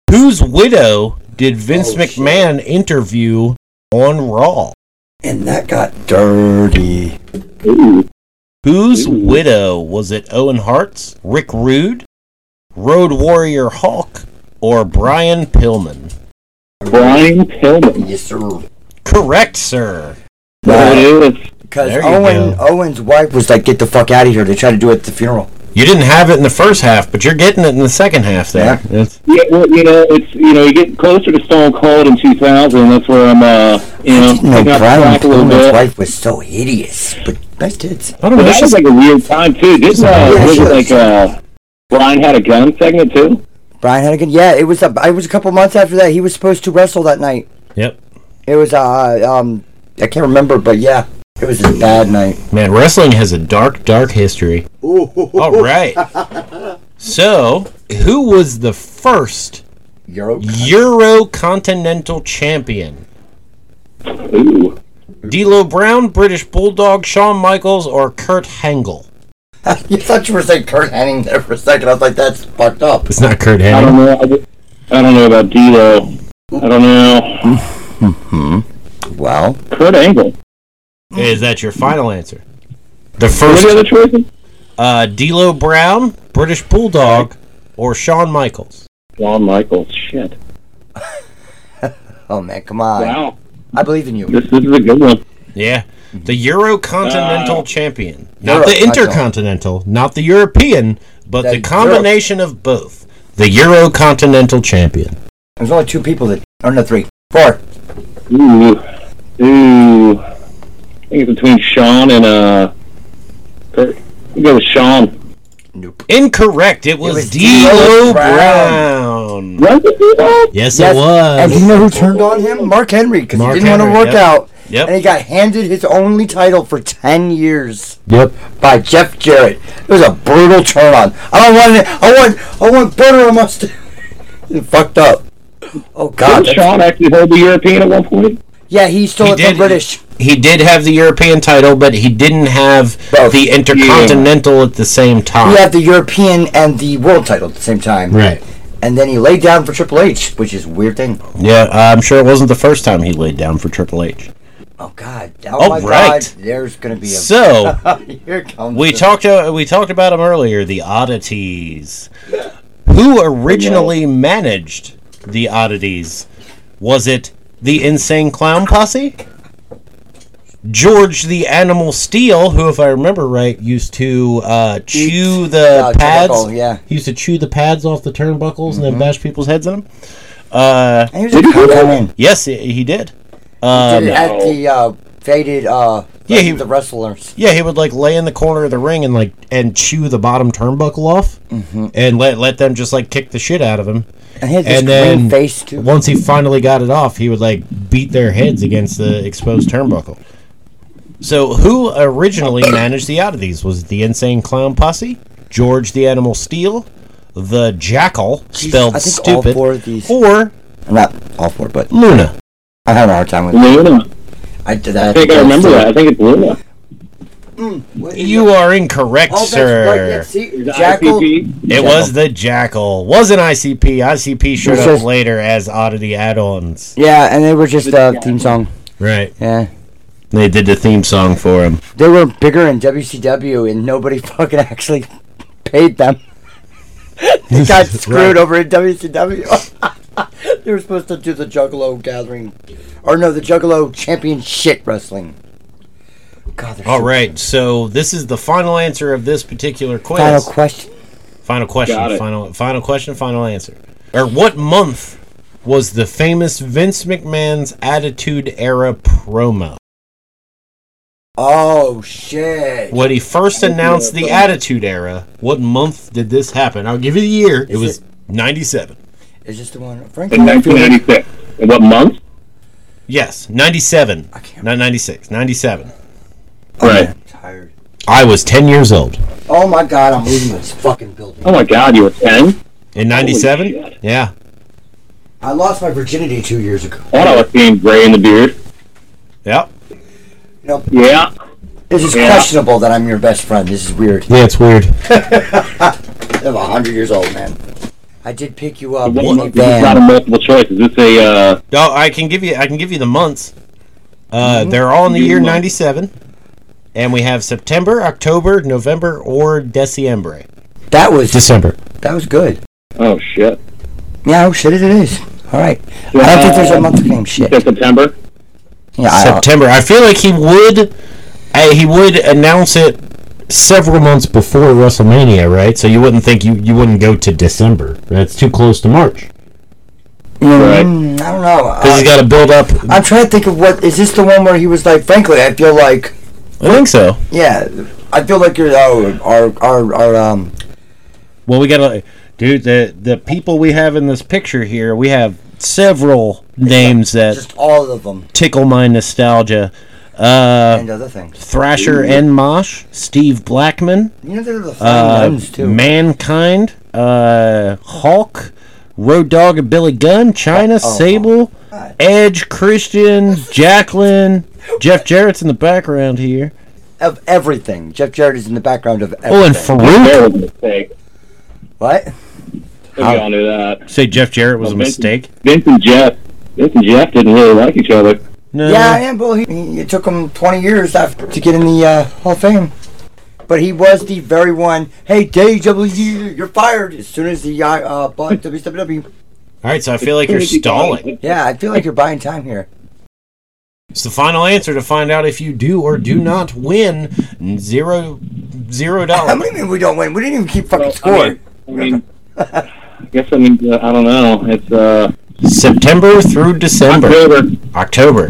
[SPEAKER 2] whose widow did Vince
[SPEAKER 1] Oh, shit.
[SPEAKER 2] McMahon interview on Raw?
[SPEAKER 1] and that got dirty.
[SPEAKER 3] Ooh.
[SPEAKER 2] Whose
[SPEAKER 3] Ooh.
[SPEAKER 2] widow was it? Owen Hart's, Rick Rude, Road Warrior Hawk, or Brian Pillman?
[SPEAKER 3] Brian Pillman.
[SPEAKER 1] Yes, sir.
[SPEAKER 2] Correct, sir.
[SPEAKER 3] There it is.
[SPEAKER 1] Because
[SPEAKER 2] There you
[SPEAKER 1] Owen
[SPEAKER 2] go.
[SPEAKER 1] Owen's wife was like, "Get the fuck out of here!" They tried to do it at the funeral.
[SPEAKER 2] You didn't have it in the first half, but you're getting it in the second half. There, It's-
[SPEAKER 3] Yeah, well, you know, it's you know, you get closer to Stone Cold in 2000. That's where I'm, uh, you
[SPEAKER 1] No,
[SPEAKER 3] know, picking up the
[SPEAKER 1] Brian
[SPEAKER 3] slack a little
[SPEAKER 1] Pillman's
[SPEAKER 3] bit.
[SPEAKER 1] wife was so hideous, but nice tits.
[SPEAKER 2] I don't know.
[SPEAKER 3] But that was
[SPEAKER 2] she's-
[SPEAKER 3] like a weird time too. Didn't uh,
[SPEAKER 1] Yeah,
[SPEAKER 3] was
[SPEAKER 1] sure.
[SPEAKER 3] it like uh, Brian had a gun segment too?
[SPEAKER 1] Brian had a good. Yeah, it was. A, it was a couple months after that. He was supposed to wrestle that night.
[SPEAKER 2] yep,
[SPEAKER 1] It was. Uh, um, I can't remember, but yeah, it was a bad night.
[SPEAKER 2] man. Wrestling has a dark, dark history. All right. So, who was the first
[SPEAKER 1] Euro.
[SPEAKER 2] Eurocontinental champion?
[SPEAKER 3] Ooh, Mm.
[SPEAKER 2] D'Lo Brown, British Bulldog, Shawn Michaels, or Kurt Hengle?
[SPEAKER 1] you thought you were saying Kurt Henning there for a second. I was like, "That's fucked up."
[SPEAKER 2] It's not Kurt
[SPEAKER 3] I don't know. I, di- I don't know about D'Lo. I don't know.
[SPEAKER 1] Well,
[SPEAKER 3] Kurt Angle.
[SPEAKER 2] Is that your final answer? The
[SPEAKER 3] What are the
[SPEAKER 2] first,
[SPEAKER 3] other choices?
[SPEAKER 2] uh, D'Lo Brown, British Bulldog, or Shawn Michaels?
[SPEAKER 3] Shawn Michaels. Shit.
[SPEAKER 1] oh man, come on.
[SPEAKER 3] Wow.
[SPEAKER 1] I believe in you.
[SPEAKER 3] This, this is a good one.
[SPEAKER 2] Yeah, the
[SPEAKER 1] Uh,
[SPEAKER 2] Eurocontinental champion, not the
[SPEAKER 1] Eurocontinental.
[SPEAKER 2] Intercontinental, not the European, but
[SPEAKER 1] The
[SPEAKER 2] the combination of both. The Eurocontinental champion.
[SPEAKER 1] There's only two people that. Oh no, three, four.
[SPEAKER 3] Ooh, ooh. I think it's between Sean and uh, Kurt. We go with Sean.
[SPEAKER 1] Nope.
[SPEAKER 2] Incorrect. It was,
[SPEAKER 1] was
[SPEAKER 2] D'Lo
[SPEAKER 1] D'Lo
[SPEAKER 2] Brown.
[SPEAKER 3] Was it D'Lo?
[SPEAKER 1] Yes,
[SPEAKER 2] Yes, it was.
[SPEAKER 1] And you know who turned on him? Mark Henry, because he
[SPEAKER 2] Mark
[SPEAKER 1] didn't want
[SPEAKER 2] Henry,
[SPEAKER 1] to work
[SPEAKER 2] yep.
[SPEAKER 1] out.
[SPEAKER 2] Yep.
[SPEAKER 1] And he got handed his only title for 10 years
[SPEAKER 4] Yep.
[SPEAKER 1] by Jeff Jarrett. It was a brutal turn on. I don't want it. I want, I want butter on my steak. It fucked up. Oh, God. that's-
[SPEAKER 3] Didn't Sean actually hold the European at one point?
[SPEAKER 1] Yeah, he's still
[SPEAKER 2] He
[SPEAKER 1] at the
[SPEAKER 2] did.
[SPEAKER 1] British.
[SPEAKER 2] He did have the European title, but he didn't have
[SPEAKER 1] Both.
[SPEAKER 2] the Intercontinental at the same time.
[SPEAKER 1] He had the European and the world title at the same time.
[SPEAKER 2] Right.
[SPEAKER 1] And then he laid down for Triple H, which is a weird thing.
[SPEAKER 2] Yeah, I'm sure it wasn't the first time he laid down for Triple H.
[SPEAKER 1] Oh, God. Oh,
[SPEAKER 2] All
[SPEAKER 1] my
[SPEAKER 2] right.
[SPEAKER 1] God. There's going to be a.
[SPEAKER 2] So
[SPEAKER 1] Here comes
[SPEAKER 2] we
[SPEAKER 1] the-
[SPEAKER 2] talked uh, we talked about him earlier, the oddities. Who originally managed the oddities? Was it the Insane Clown Posse? George the Animal Steel, who, if I remember right, used to uh, chew the
[SPEAKER 1] uh,
[SPEAKER 2] pads.
[SPEAKER 1] tobacco, yeah.
[SPEAKER 2] he used to chew the pads off the turnbuckles and then bash people's heads in them. Uh,
[SPEAKER 1] And he was a con man.
[SPEAKER 2] yes, he, he did.
[SPEAKER 1] Did it
[SPEAKER 2] Um,
[SPEAKER 1] at the uh, faded uh,
[SPEAKER 2] Yeah, he-
[SPEAKER 1] the wrestlers.
[SPEAKER 2] Yeah, he would like lay in the corner of the ring and like and chew the bottom turnbuckle off,
[SPEAKER 1] Mm-hmm.
[SPEAKER 2] and let let them just like kick the shit out of him.
[SPEAKER 1] And he had this
[SPEAKER 2] And then
[SPEAKER 1] green face too.
[SPEAKER 2] once he finally got it off, he would like beat their heads against the exposed turnbuckle. So who originally managed the oddities? Was it the Insane Clown Posse, George the Animal Steel, the Jackal spelled
[SPEAKER 1] I think all
[SPEAKER 2] stupid,
[SPEAKER 1] four of these.
[SPEAKER 2] or
[SPEAKER 1] I'm not all four, but
[SPEAKER 2] Luna?
[SPEAKER 1] I had a hard time with. it.
[SPEAKER 3] Luna.
[SPEAKER 1] I did that.
[SPEAKER 3] I think I remember that. I think it's Luna.
[SPEAKER 2] You are incorrect,
[SPEAKER 1] Oh, that's
[SPEAKER 2] sir.
[SPEAKER 1] right. Yeah, see,
[SPEAKER 3] Is it
[SPEAKER 1] Jackal.
[SPEAKER 3] ICP?
[SPEAKER 2] It was the Jackal. Was an ICP. ICP showed
[SPEAKER 1] It's
[SPEAKER 2] up
[SPEAKER 1] just-
[SPEAKER 2] later as oddity add-ons.
[SPEAKER 1] Yeah, and they were just uh, theme song.
[SPEAKER 2] Right.
[SPEAKER 1] Yeah,
[SPEAKER 2] They did the theme song for him.
[SPEAKER 1] they were bigger in WCW, and nobody fucking actually paid them. they got screwed over in WCW. they were supposed to do the Juggalo Gathering, or no, the Juggalo Championship Wrestling. God, they're
[SPEAKER 2] All
[SPEAKER 1] so-
[SPEAKER 2] right. So this is the final answer of this particular quiz.
[SPEAKER 1] Final question.
[SPEAKER 2] Final question.
[SPEAKER 3] Got it.
[SPEAKER 2] Final final question. Final answer. Or what month was the famous Vince McMahon's Attitude Era promo?
[SPEAKER 1] Oh shit!
[SPEAKER 2] When he first announced the Attitude Era, what month did this happen? I'll give you the year. It
[SPEAKER 1] Is
[SPEAKER 2] was
[SPEAKER 1] it-
[SPEAKER 2] ninety-seven.
[SPEAKER 1] Is this the one? Frank
[SPEAKER 3] In
[SPEAKER 1] Whitefield?
[SPEAKER 3] 1996. In what month?
[SPEAKER 2] Yes, ninety-seven.
[SPEAKER 1] I can't
[SPEAKER 2] Not ninety-six. Ninety-seven.
[SPEAKER 3] Right.
[SPEAKER 1] I'm tired.
[SPEAKER 2] I was ten years old
[SPEAKER 1] Oh my god, I'm leaving this fucking building.
[SPEAKER 3] Oh my God, you were 10?
[SPEAKER 2] in
[SPEAKER 3] Holy
[SPEAKER 2] ninety-seven.
[SPEAKER 3] shit.
[SPEAKER 2] Yeah.
[SPEAKER 1] I lost my virginity two years ago.
[SPEAKER 3] I thought I was being gray in the beard.
[SPEAKER 2] Yep.
[SPEAKER 3] Yeah.
[SPEAKER 1] This is
[SPEAKER 3] Yeah.
[SPEAKER 1] questionable that I'm your best friend. This is weird.
[SPEAKER 4] Yeah, it's weird.
[SPEAKER 1] I'm 100 years old, man. I did pick you up
[SPEAKER 3] What
[SPEAKER 1] in a
[SPEAKER 3] month? This is not a
[SPEAKER 1] van.
[SPEAKER 3] multiple choice. Is this a, uh,
[SPEAKER 2] No, I can give you. I can give you the months. Uh, They're all in the
[SPEAKER 3] Mm-hmm. Give me
[SPEAKER 2] year
[SPEAKER 3] the month.
[SPEAKER 2] '97, and we have September, October, November, or December.
[SPEAKER 1] That was
[SPEAKER 4] December.
[SPEAKER 1] that was good.
[SPEAKER 3] oh shit.
[SPEAKER 1] Yeah, oh shit, it is. All right. I don't think there's a month named shit.
[SPEAKER 3] It's September?
[SPEAKER 1] Yeah, I don't.
[SPEAKER 2] September. I feel like he would. Uh, he would announce it
[SPEAKER 4] Several months before WrestleMania, right? So you wouldn't think you, you wouldn't go to December. That's too close to March.
[SPEAKER 3] Mm-hmm.
[SPEAKER 1] Mm, I don't know.
[SPEAKER 4] Because
[SPEAKER 1] Uh,
[SPEAKER 4] he's got to build up.
[SPEAKER 1] I'm trying to think of what is this the one where he was like, frankly, I feel like,
[SPEAKER 4] I think so.
[SPEAKER 1] yeah, I feel like you're oh, our our our um
[SPEAKER 2] Well, we got to, dude. The the people we have in this picture here, we have several names that
[SPEAKER 1] just all of them
[SPEAKER 2] tickle my nostalgia. Uh,
[SPEAKER 1] and other things.
[SPEAKER 2] Thrasher and Mosh, Steve Blackman,
[SPEAKER 1] You know, they're the fun
[SPEAKER 2] uh,
[SPEAKER 1] ones too.
[SPEAKER 2] Mankind, uh, Hulk, Road Dog and Billy Gunn, China,
[SPEAKER 1] oh,
[SPEAKER 2] Sable,
[SPEAKER 1] God.
[SPEAKER 2] Edge, Christian, Jacqueline, Jeff Jarrett's in the background here.
[SPEAKER 1] of everything. Jeff Jarrett is in the background of everything.
[SPEAKER 2] Oh, and
[SPEAKER 3] That
[SPEAKER 2] Farouk.
[SPEAKER 3] was a mistake.
[SPEAKER 1] what?
[SPEAKER 3] We
[SPEAKER 1] How-
[SPEAKER 3] all knew that.
[SPEAKER 2] Say Jeff Jarrett was a
[SPEAKER 3] Well, Vince-
[SPEAKER 2] mistake.
[SPEAKER 3] Vince and Jeff. Vince and Jeff didn't really like each other.
[SPEAKER 2] No.
[SPEAKER 1] yeah, I am. Well, he, he- it took him 20 years after to get in the uh, Hall of Fame. But he was the very one. Hey, JW, you're fired as soon as the uh, uh, bought WCW.
[SPEAKER 2] All right, so I feel like you're stalling.
[SPEAKER 1] Yeah, I feel like you're buying time here.
[SPEAKER 2] It's the final answer to find out if you do or do not win zero zero
[SPEAKER 1] How many
[SPEAKER 2] dollars.
[SPEAKER 1] mean we don't win? We didn't even keep fucking
[SPEAKER 3] Well,
[SPEAKER 1] score.
[SPEAKER 3] I mean, I mean, I guess I mean, uh, I don't know. It's, uh,
[SPEAKER 2] September through December.
[SPEAKER 3] October.
[SPEAKER 2] October.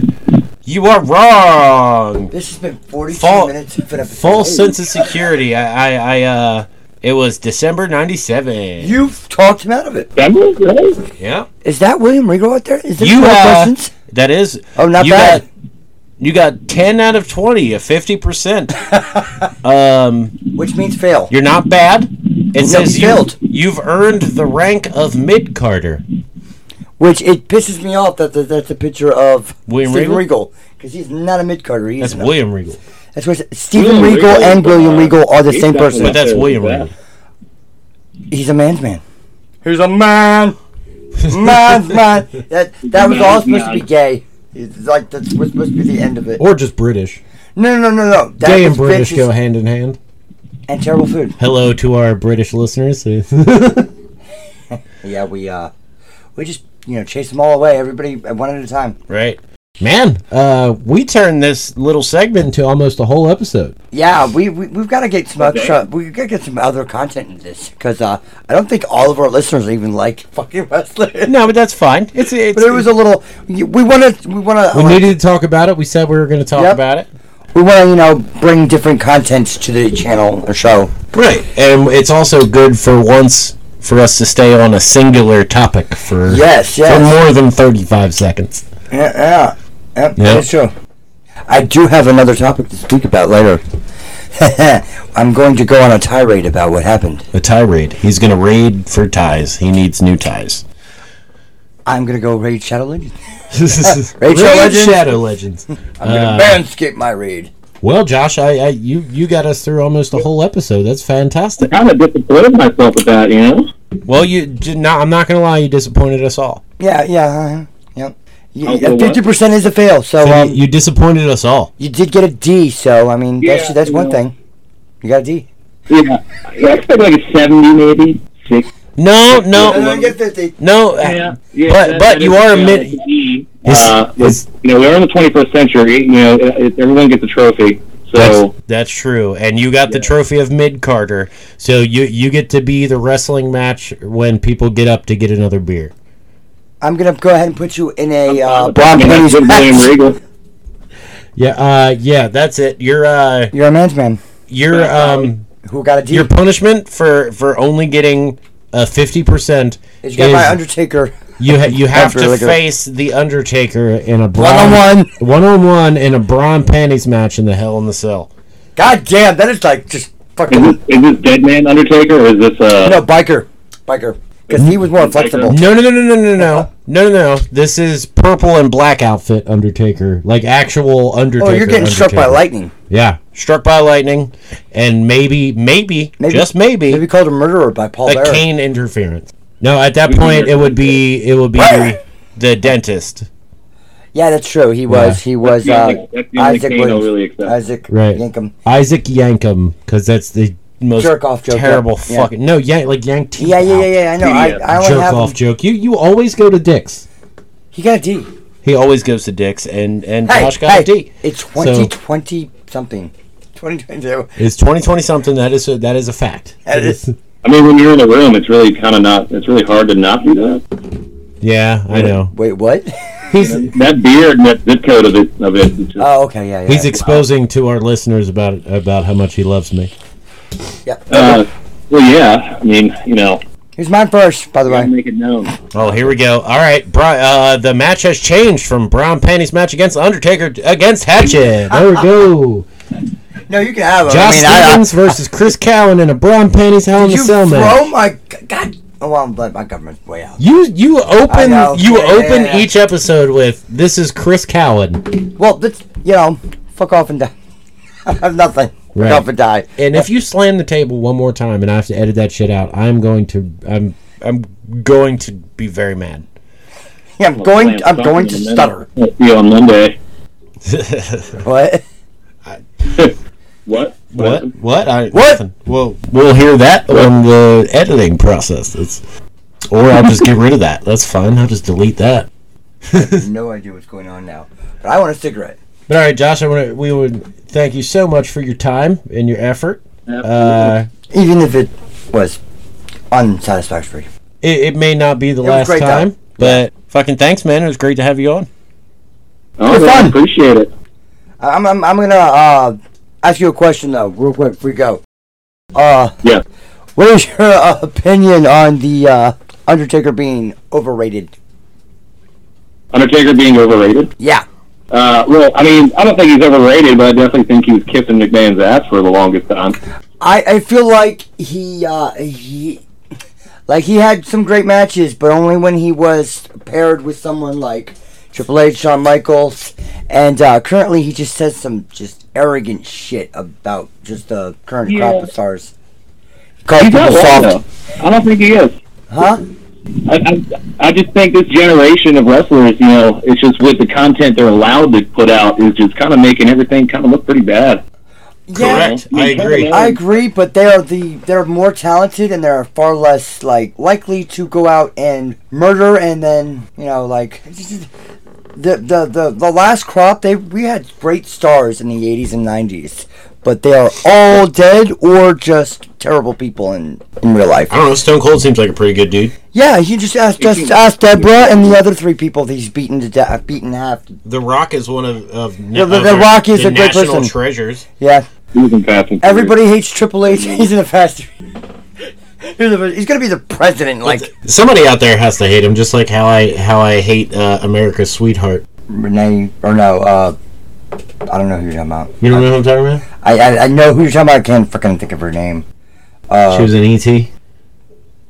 [SPEAKER 2] You are wrong.
[SPEAKER 1] this has been 42
[SPEAKER 2] Fall-
[SPEAKER 1] minutes of an episode.
[SPEAKER 2] Full sense of security. I, I, I uh, it was December '97.
[SPEAKER 1] You've talked him out of it.
[SPEAKER 3] September? Really?
[SPEAKER 2] Yeah,
[SPEAKER 1] Is that William Regal out there? Is this
[SPEAKER 2] You,
[SPEAKER 1] more
[SPEAKER 2] uh,
[SPEAKER 1] questions?
[SPEAKER 2] that is.
[SPEAKER 1] Oh, not
[SPEAKER 2] you
[SPEAKER 1] bad.
[SPEAKER 2] Got, you got ten out of twenty, a fifty percent. um,
[SPEAKER 1] Which means fail.
[SPEAKER 2] you're not bad. It says
[SPEAKER 1] he
[SPEAKER 2] you,
[SPEAKER 1] failed.
[SPEAKER 2] you've earned the rank of mid Carter.
[SPEAKER 1] Which it pisses me off that the, that's a picture of
[SPEAKER 2] William
[SPEAKER 1] Steven
[SPEAKER 2] Regal?
[SPEAKER 1] Regal because he's not a mid carder.
[SPEAKER 2] That's William Regal.
[SPEAKER 1] That's what Stephen
[SPEAKER 3] William
[SPEAKER 1] Regal
[SPEAKER 3] Regal
[SPEAKER 1] and
[SPEAKER 3] is,
[SPEAKER 1] William
[SPEAKER 3] uh,
[SPEAKER 1] Regal are the
[SPEAKER 3] he's
[SPEAKER 1] same
[SPEAKER 3] definitely-
[SPEAKER 1] person.
[SPEAKER 2] But that's
[SPEAKER 3] Yeah.
[SPEAKER 2] William Regal.
[SPEAKER 1] He's a man's man. He's a man. man's man. That that was all
[SPEAKER 3] Man's
[SPEAKER 1] supposed to be
[SPEAKER 3] man.
[SPEAKER 1] gay. It's like that was supposed to be the end of it.
[SPEAKER 4] Or just British.
[SPEAKER 1] No, no, no, no, no. That
[SPEAKER 4] Gay and
[SPEAKER 1] was
[SPEAKER 4] British
[SPEAKER 1] bitches
[SPEAKER 4] go hand in hand.
[SPEAKER 1] and terrible food.
[SPEAKER 4] Hello to our British listeners.
[SPEAKER 1] Yeah, we uh, we just you know chase them all away, everybody uh, one at a time.
[SPEAKER 2] Right.
[SPEAKER 4] Man, uh, we turned this little segment into almost a whole episode.
[SPEAKER 1] Yeah, we, we we've got to get some
[SPEAKER 3] Okay.
[SPEAKER 1] extra. We got to get some other content in this because uh, I don't think all of our listeners even like fucking wrestling.
[SPEAKER 2] No, but that's fine. It's it's.
[SPEAKER 1] But it was a little. We want to. We want to.
[SPEAKER 4] We needed to talk about it. We said we were going to talk
[SPEAKER 1] Yep.
[SPEAKER 2] about it.
[SPEAKER 1] we want to you know bring different contents to the channel or show.
[SPEAKER 2] Right. And it's also good for once for us to stay on a singular topic for
[SPEAKER 1] Yes, yes.
[SPEAKER 2] for more than 35 seconds.
[SPEAKER 1] Yeah, yeah, yeah, that's true. I do have another topic to speak about later. I'm going to go on a tirade about what happened.
[SPEAKER 2] A tirade. He's going to raid for ties. He needs new ties.
[SPEAKER 1] I'm going to go raid Shadow Legends.
[SPEAKER 2] raid
[SPEAKER 1] Legends.
[SPEAKER 2] Shadow Legends.
[SPEAKER 1] I'm going to manscape my raid.
[SPEAKER 4] Well, Josh, I, I you you got us through almost a whole episode. That's fantastic.
[SPEAKER 3] kind of disappointed myself with that, you know.
[SPEAKER 2] Well, you did not, I'm not going to lie. You disappointed us all.
[SPEAKER 1] Yeah, yeah, uh, yeah.
[SPEAKER 3] I'll
[SPEAKER 1] Y-
[SPEAKER 3] go what?
[SPEAKER 1] Fifty percent is a fail, so
[SPEAKER 2] So
[SPEAKER 1] um,
[SPEAKER 2] you, you disappointed us all.
[SPEAKER 1] you did get a D. So I mean, that's
[SPEAKER 3] Yeah,
[SPEAKER 1] that's
[SPEAKER 3] you
[SPEAKER 1] one
[SPEAKER 3] know.
[SPEAKER 1] thing. You got a D.
[SPEAKER 3] Yeah, I expect like a seventy, maybe six.
[SPEAKER 2] No, no,
[SPEAKER 1] get fifty.
[SPEAKER 2] no.
[SPEAKER 3] yeah
[SPEAKER 2] But- but you
[SPEAKER 3] is,
[SPEAKER 2] are
[SPEAKER 3] yeah,
[SPEAKER 2] admit-
[SPEAKER 3] it's easy.
[SPEAKER 2] Is-
[SPEAKER 3] Uh,
[SPEAKER 2] is-
[SPEAKER 3] you know, we're in the twenty-first century. You know, it, it, everyone gets a trophy. So
[SPEAKER 2] That's, that's true, and you got the
[SPEAKER 3] Yeah.
[SPEAKER 2] trophy of Mid Carter, so you you get to be the wrestling match when people get up to get another beer.
[SPEAKER 1] I'm gonna go ahead and put you in a uh,
[SPEAKER 3] I
[SPEAKER 1] Braun
[SPEAKER 3] mean,
[SPEAKER 1] Penny's
[SPEAKER 3] that's what William
[SPEAKER 1] match.
[SPEAKER 3] Regal.
[SPEAKER 4] Yeah,
[SPEAKER 2] Uh, yeah, that's it. Your uh,
[SPEAKER 1] You're a man's man
[SPEAKER 2] your um,
[SPEAKER 1] who got a D.
[SPEAKER 2] your punishment for for only getting a fifty percent
[SPEAKER 1] is
[SPEAKER 2] is
[SPEAKER 1] you got my Undertaker
[SPEAKER 2] you ha- you have
[SPEAKER 1] After,
[SPEAKER 2] to
[SPEAKER 1] like, a-
[SPEAKER 2] face the Undertaker in a
[SPEAKER 1] one on one.
[SPEAKER 2] one on one in a brawn panties match in the Hell in the Cell.
[SPEAKER 1] God damn, that is like just
[SPEAKER 3] Is
[SPEAKER 1] fucking
[SPEAKER 3] this, is this Dead Man Undertaker or is this uh?
[SPEAKER 1] no biker, biker, because he was more flexible.
[SPEAKER 2] No, no, no, no, no, no, no, no, no, no. This is purple and black outfit Undertaker, like actual Undertaker.
[SPEAKER 1] Oh, you're getting struck by
[SPEAKER 2] Undertaker.
[SPEAKER 1] lightning.
[SPEAKER 2] Yeah, struck by lightning, and maybe, maybe,
[SPEAKER 1] Maybe-
[SPEAKER 2] just maybe,
[SPEAKER 1] Maybe called a murderer by Paul
[SPEAKER 2] a
[SPEAKER 1] Bearer.
[SPEAKER 2] cane interference. No, at that point it would be it would be the, the dentist.
[SPEAKER 1] Yeah, that's true. He was. He was.
[SPEAKER 3] the
[SPEAKER 1] Uh,
[SPEAKER 3] only- that's the only
[SPEAKER 1] Isaac
[SPEAKER 3] cane I'll
[SPEAKER 1] Williams.
[SPEAKER 3] really accept.
[SPEAKER 1] Isaac
[SPEAKER 2] Right.
[SPEAKER 1] Yankum.
[SPEAKER 2] Isaac Yankum, because that's the most
[SPEAKER 1] Jerk off joke.
[SPEAKER 2] terrible
[SPEAKER 1] yeah.
[SPEAKER 2] fucking no, yank like yank teeth.
[SPEAKER 1] Yeah, yeah, yeah,
[SPEAKER 2] out.
[SPEAKER 1] yeah. I know. I,
[SPEAKER 3] Yeah.
[SPEAKER 1] I only
[SPEAKER 2] Jerk
[SPEAKER 1] have.
[SPEAKER 2] off
[SPEAKER 1] him.
[SPEAKER 2] joke. You you always go to dicks.
[SPEAKER 1] He got a D.
[SPEAKER 2] He always goes to dicks, and and
[SPEAKER 1] Hey,
[SPEAKER 2] Josh got
[SPEAKER 1] hey,
[SPEAKER 2] a D.
[SPEAKER 1] It's 2020 something. 2022.
[SPEAKER 2] It's twenty twenty something. That is a, that is a fact.
[SPEAKER 1] That is-
[SPEAKER 3] I mean, when you're in the room, it's really kind of not. It's really hard to not do that.
[SPEAKER 2] Yeah, I know.
[SPEAKER 1] Wait, what?
[SPEAKER 2] He's
[SPEAKER 3] That beard and that zip code of it of it. Is just,
[SPEAKER 2] Uh,
[SPEAKER 1] Oh, okay, yeah, yeah.
[SPEAKER 2] he's exposing to our listeners about about how much he loves me.
[SPEAKER 1] yeah.
[SPEAKER 3] uh, well, yeah. I mean, you know,
[SPEAKER 1] Here's mine first, by the
[SPEAKER 3] gotta
[SPEAKER 1] way.
[SPEAKER 3] make it known.
[SPEAKER 2] Oh, here we go. All right, Bri- uh, the match has changed from Brown Panties match against Undertaker t- against Hatchet. There we go.
[SPEAKER 1] No, you can have him.
[SPEAKER 2] Josh
[SPEAKER 1] I mean, I- I-
[SPEAKER 2] Stevens versus Chris Cowan in a Brown Panties Hell in
[SPEAKER 1] Did
[SPEAKER 2] a
[SPEAKER 1] you
[SPEAKER 2] Cell match.
[SPEAKER 1] throw my god? Oh, I'm let my government's way out.
[SPEAKER 2] You you
[SPEAKER 1] I
[SPEAKER 2] open
[SPEAKER 1] know.
[SPEAKER 2] you
[SPEAKER 1] Yeah, yeah,
[SPEAKER 2] open
[SPEAKER 1] yeah.
[SPEAKER 2] each episode with this is Chris Cowan,
[SPEAKER 1] Well, that's you know, fuck off and die. I have nothing.
[SPEAKER 2] Right.
[SPEAKER 1] Fuck off and die.
[SPEAKER 2] and if you slam the table one more time and I have to edit that shit out, I'm going to I'm I'm going to be very mad.
[SPEAKER 1] Yeah, I'm going.
[SPEAKER 3] Slam
[SPEAKER 1] I'm
[SPEAKER 3] dunk
[SPEAKER 1] going
[SPEAKER 3] in
[SPEAKER 1] to
[SPEAKER 3] a minute.
[SPEAKER 1] stutter.
[SPEAKER 3] I'll See you on Monday.
[SPEAKER 1] What?
[SPEAKER 3] What?
[SPEAKER 2] What? What? I,
[SPEAKER 1] What?
[SPEAKER 2] nothing. We'll, we'll hear that on the editing process. It's, or I'll just get rid of that. That's fine. I'll just delete that.
[SPEAKER 1] no idea what's going on now. But I want a cigarette.
[SPEAKER 2] But all right, Josh, I want to. We would thank you so much for your time and your effort.
[SPEAKER 3] Absolutely.
[SPEAKER 2] Uh,
[SPEAKER 1] Even if it was unsatisfactory.
[SPEAKER 2] it, it may not be the
[SPEAKER 1] was
[SPEAKER 2] last
[SPEAKER 1] great,
[SPEAKER 2] time,
[SPEAKER 1] though.
[SPEAKER 2] but fucking thanks, man. It was great to have you on.
[SPEAKER 3] Oh,
[SPEAKER 1] It was
[SPEAKER 3] well, I
[SPEAKER 1] fun.
[SPEAKER 3] appreciate it.
[SPEAKER 1] I- I'm, I'm, I'm gonna uh, ask you a question though, real quick before we go. Uh,
[SPEAKER 3] Yeah.
[SPEAKER 1] what is your uh, opinion on the uh, Undertaker being overrated?
[SPEAKER 3] Undertaker being overrated.
[SPEAKER 1] Yeah.
[SPEAKER 3] Uh, well, I mean, I don't think he's overrated, but I definitely think he was kissing McMahon's ass for the longest time.
[SPEAKER 1] I, I feel like he uh, he like he had some great matches, but only when he was paired with someone like Triple H, Shawn Michaels, and uh, currently he just says some just arrogant shit about just the current crop of stars. He called
[SPEAKER 3] He's
[SPEAKER 1] people
[SPEAKER 3] not wrong,
[SPEAKER 1] soft,
[SPEAKER 3] though. I don't think he is.
[SPEAKER 1] huh?
[SPEAKER 3] I, I, I just think this generation of wrestlers, you know, it's just with the content they're allowed to put out is just kind of making everything kind of look pretty bad.
[SPEAKER 1] Yeah,
[SPEAKER 2] Correct. I agree.
[SPEAKER 1] I agree, but they are the they're more talented and they're far less like likely to go out and murder and then you know like the the the, the last crop they we had great stars in the eighties and nineties, but they are all dead or just terrible people in in real life.
[SPEAKER 2] I don't know. Stone Cold seems like a pretty good dude.
[SPEAKER 1] Yeah, you just ask just ask Deborah and the other three people that he's beaten to death, beaten half.
[SPEAKER 2] The Rock is one of of
[SPEAKER 1] The- the- the Rock is a great
[SPEAKER 2] national
[SPEAKER 1] person.
[SPEAKER 2] treasures.
[SPEAKER 1] Yeah,
[SPEAKER 3] He was in Fast and Furious.
[SPEAKER 1] everybody hates Triple H. He's in the fast. He's the- he's gonna be the president. Like
[SPEAKER 2] Somebody out there has to hate him, just like how I how I hate uh, America's sweetheart.
[SPEAKER 1] Renee or no, uh, I don't know who you're talking about.
[SPEAKER 2] You don't know who I'm talking about?
[SPEAKER 1] I I, I know who you're talking about. I can't fucking think of her name. Uh,
[SPEAKER 2] she was in ET.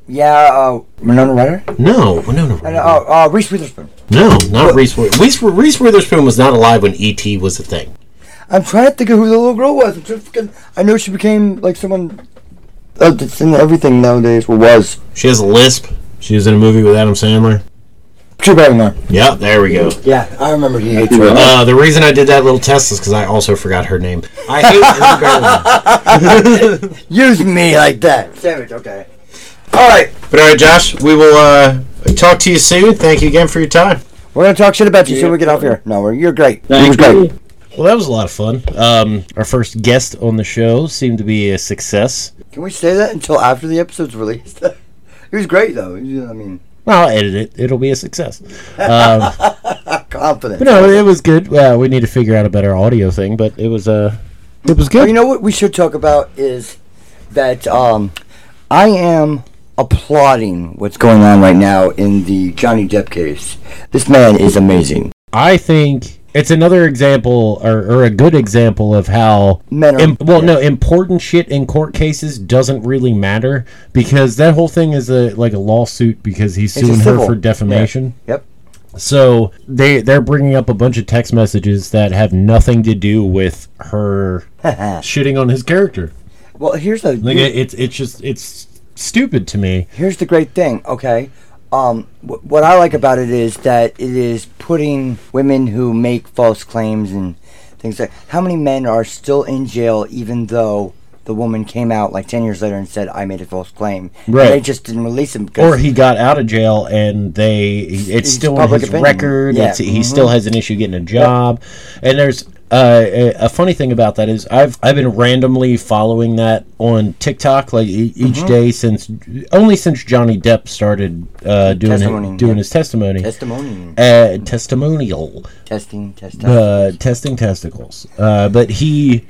[SPEAKER 1] yeah, uh, Winona Ryder.
[SPEAKER 2] No, no, no,
[SPEAKER 1] And, uh, uh, Reese Witherspoon.
[SPEAKER 2] no, not Reese. Wi- Reese. Reese Witherspoon was not alive when ET was a thing.
[SPEAKER 1] I'm trying to think of who the little girl was. I'm trying to fucking, I know she became like someone uh, that's in everything nowadays. Well, was
[SPEAKER 2] She has a lisp. She was in a movie with Adam Sandler.
[SPEAKER 1] Drew Barrymore.
[SPEAKER 2] Yep, there we go.
[SPEAKER 1] Yeah, I remember he hates
[SPEAKER 3] her.
[SPEAKER 2] Uh, the reason I did that little test is because I also forgot her name. I hate Drew Barrymore.
[SPEAKER 1] Use me like that. Savage, okay. Alright,
[SPEAKER 2] But all right, Josh, we will uh, talk to you soon. Thank you again for your time.
[SPEAKER 1] we're gonna talk shit about you soon
[SPEAKER 3] Yeah.
[SPEAKER 1] we get off here. No, we're, you're great. It was
[SPEAKER 3] Thank
[SPEAKER 1] great.
[SPEAKER 3] you.
[SPEAKER 2] Well, that was a lot of fun. Um, our first guest on the show seemed to be a success.
[SPEAKER 1] Can we say that until after the episode's released? it was great though. You know, I mean,
[SPEAKER 2] Well, I'll edit it. It'll be a success.
[SPEAKER 1] confident.
[SPEAKER 2] But no, it was good. Uh, we need to figure out a better audio thing, but it was uh, it was
[SPEAKER 1] Well,
[SPEAKER 2] good.
[SPEAKER 1] you know what we should talk about is that um, I am applauding what's going on right now in the Johnny Depp case. This man is amazing.
[SPEAKER 2] I think it's another example or, or a good example of how
[SPEAKER 1] Men are-
[SPEAKER 2] im- well
[SPEAKER 1] yeah.
[SPEAKER 2] no important shit in court cases doesn't really matter because that whole thing is a like a lawsuit because he's
[SPEAKER 1] a
[SPEAKER 2] suing her
[SPEAKER 1] civil.
[SPEAKER 2] for
[SPEAKER 1] Yeah.
[SPEAKER 2] defamation.
[SPEAKER 1] Yep.
[SPEAKER 2] So they they're bringing up a bunch of text messages that have nothing to do with her shitting on his character.
[SPEAKER 1] Well, here's a
[SPEAKER 2] Like it, it's it's just it's stupid to me.
[SPEAKER 1] here's the great thing okay um, wh- what i like about it is that it is putting women who make false claims and things like how many men are still in jail even though the woman came out like 10 years later and said i made a false claim And
[SPEAKER 2] Right.
[SPEAKER 1] they just didn't release him because
[SPEAKER 2] Or he got out of jail and they it's still on
[SPEAKER 1] public
[SPEAKER 2] his
[SPEAKER 1] opinion.
[SPEAKER 2] record.
[SPEAKER 1] Yeah. Mm-hmm.
[SPEAKER 2] It's, He still has an issue getting a job. And there's uh, a, a funny thing about that is I've I've been randomly following that on TikTok like e- each
[SPEAKER 1] Mm-hmm.
[SPEAKER 2] day since only since Johnny Depp started uh, doing
[SPEAKER 1] Testimony,
[SPEAKER 2] his, doing
[SPEAKER 1] yeah.
[SPEAKER 2] his testimony.
[SPEAKER 1] testimony
[SPEAKER 2] uh, testimonial
[SPEAKER 1] testing testing
[SPEAKER 2] uh, testing testicles. Uh, but he,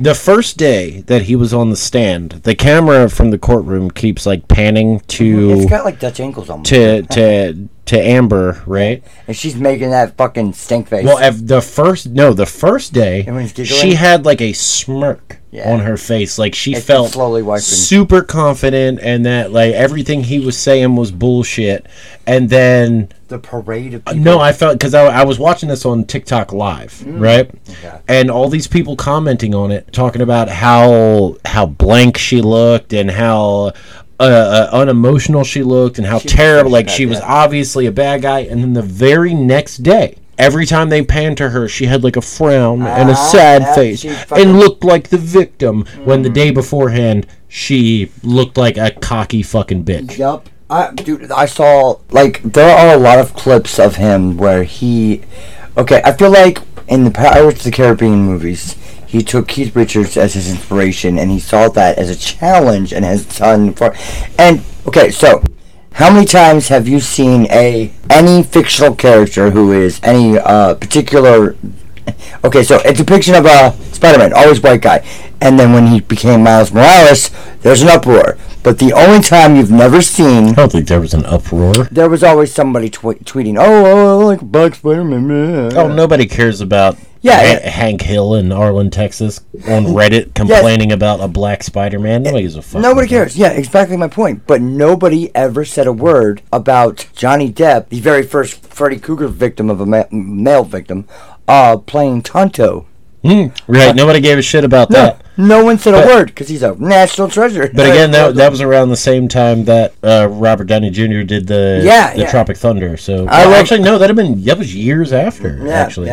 [SPEAKER 2] the first day that he was on the stand, the camera from the courtroom keeps like panning
[SPEAKER 1] it's
[SPEAKER 2] to
[SPEAKER 1] got like dutch ankles almost
[SPEAKER 2] to to to Amber, right?
[SPEAKER 1] and she's making that fucking stink face
[SPEAKER 2] Well, ev- the first no, the first day
[SPEAKER 1] Everyone's giggling?
[SPEAKER 2] she had like a smirk
[SPEAKER 1] Yeah.
[SPEAKER 2] on her face, like she
[SPEAKER 1] It's
[SPEAKER 2] felt
[SPEAKER 1] slowly wiping.
[SPEAKER 2] super confident, and that like everything he was saying was bullshit. And then
[SPEAKER 1] the parade of people
[SPEAKER 2] uh, No, I felt because I, I was watching this on TikTok live, right?
[SPEAKER 1] Mm. Okay.
[SPEAKER 2] And all these people commenting on it, talking about how how blank she looked and how uh, uh, unemotional she looked and how terrible. Like she was obviously a bad guy. And then the very next day. Every time they panned to her, she had like a frown and a
[SPEAKER 1] Ah,
[SPEAKER 2] sad
[SPEAKER 1] yeah,
[SPEAKER 2] face
[SPEAKER 1] she
[SPEAKER 2] and
[SPEAKER 1] fucking- Mm.
[SPEAKER 2] looked like the victim when the day beforehand she looked like a cocky fucking bitch.
[SPEAKER 1] Yup. I, dude, I saw like there are a lot of clips of him where he. Okay, I feel like in the Pirates of the Caribbean movies, he took Keith Richards as his inspiration, and he saw that as a challenge and has done for. And okay, so how many times have you seen a any fictional character who is any uh, particular Okay, so a depiction of uh, Spider-Man, always white guy, and then when he became Miles Morales, there's an uproar. But the only time you've never seen,
[SPEAKER 2] I don't think there was an uproar.
[SPEAKER 1] there was always somebody tw- tweeting, "Oh, oh, I like Black Spider-Man." man."
[SPEAKER 2] Oh, nobody cares about
[SPEAKER 1] Yeah,
[SPEAKER 2] Ha-
[SPEAKER 1] yeah.
[SPEAKER 2] Hank Hill in Arlen, Texas, on Reddit complaining about a black Spider-Man. Nobody gives a fuck.
[SPEAKER 1] Nobody
[SPEAKER 2] about that.
[SPEAKER 1] cares. Yeah, exactly my point. But nobody ever said a word about Johnny Depp, the very first Freddy Krueger victim of a ma- male victim, uh, playing Tonto.
[SPEAKER 2] Hmm. Right? Nobody gave a shit about
[SPEAKER 1] No,
[SPEAKER 2] that.
[SPEAKER 1] no one said a word because he's a national treasure.
[SPEAKER 2] But again, that, that was around the same time that uh, Robert Downey Jr. did the
[SPEAKER 1] Yeah,
[SPEAKER 2] the
[SPEAKER 1] yeah.
[SPEAKER 2] Tropic Thunder. So
[SPEAKER 1] I
[SPEAKER 2] Well,
[SPEAKER 1] like-
[SPEAKER 2] actually, no, that had been that was years after. actually,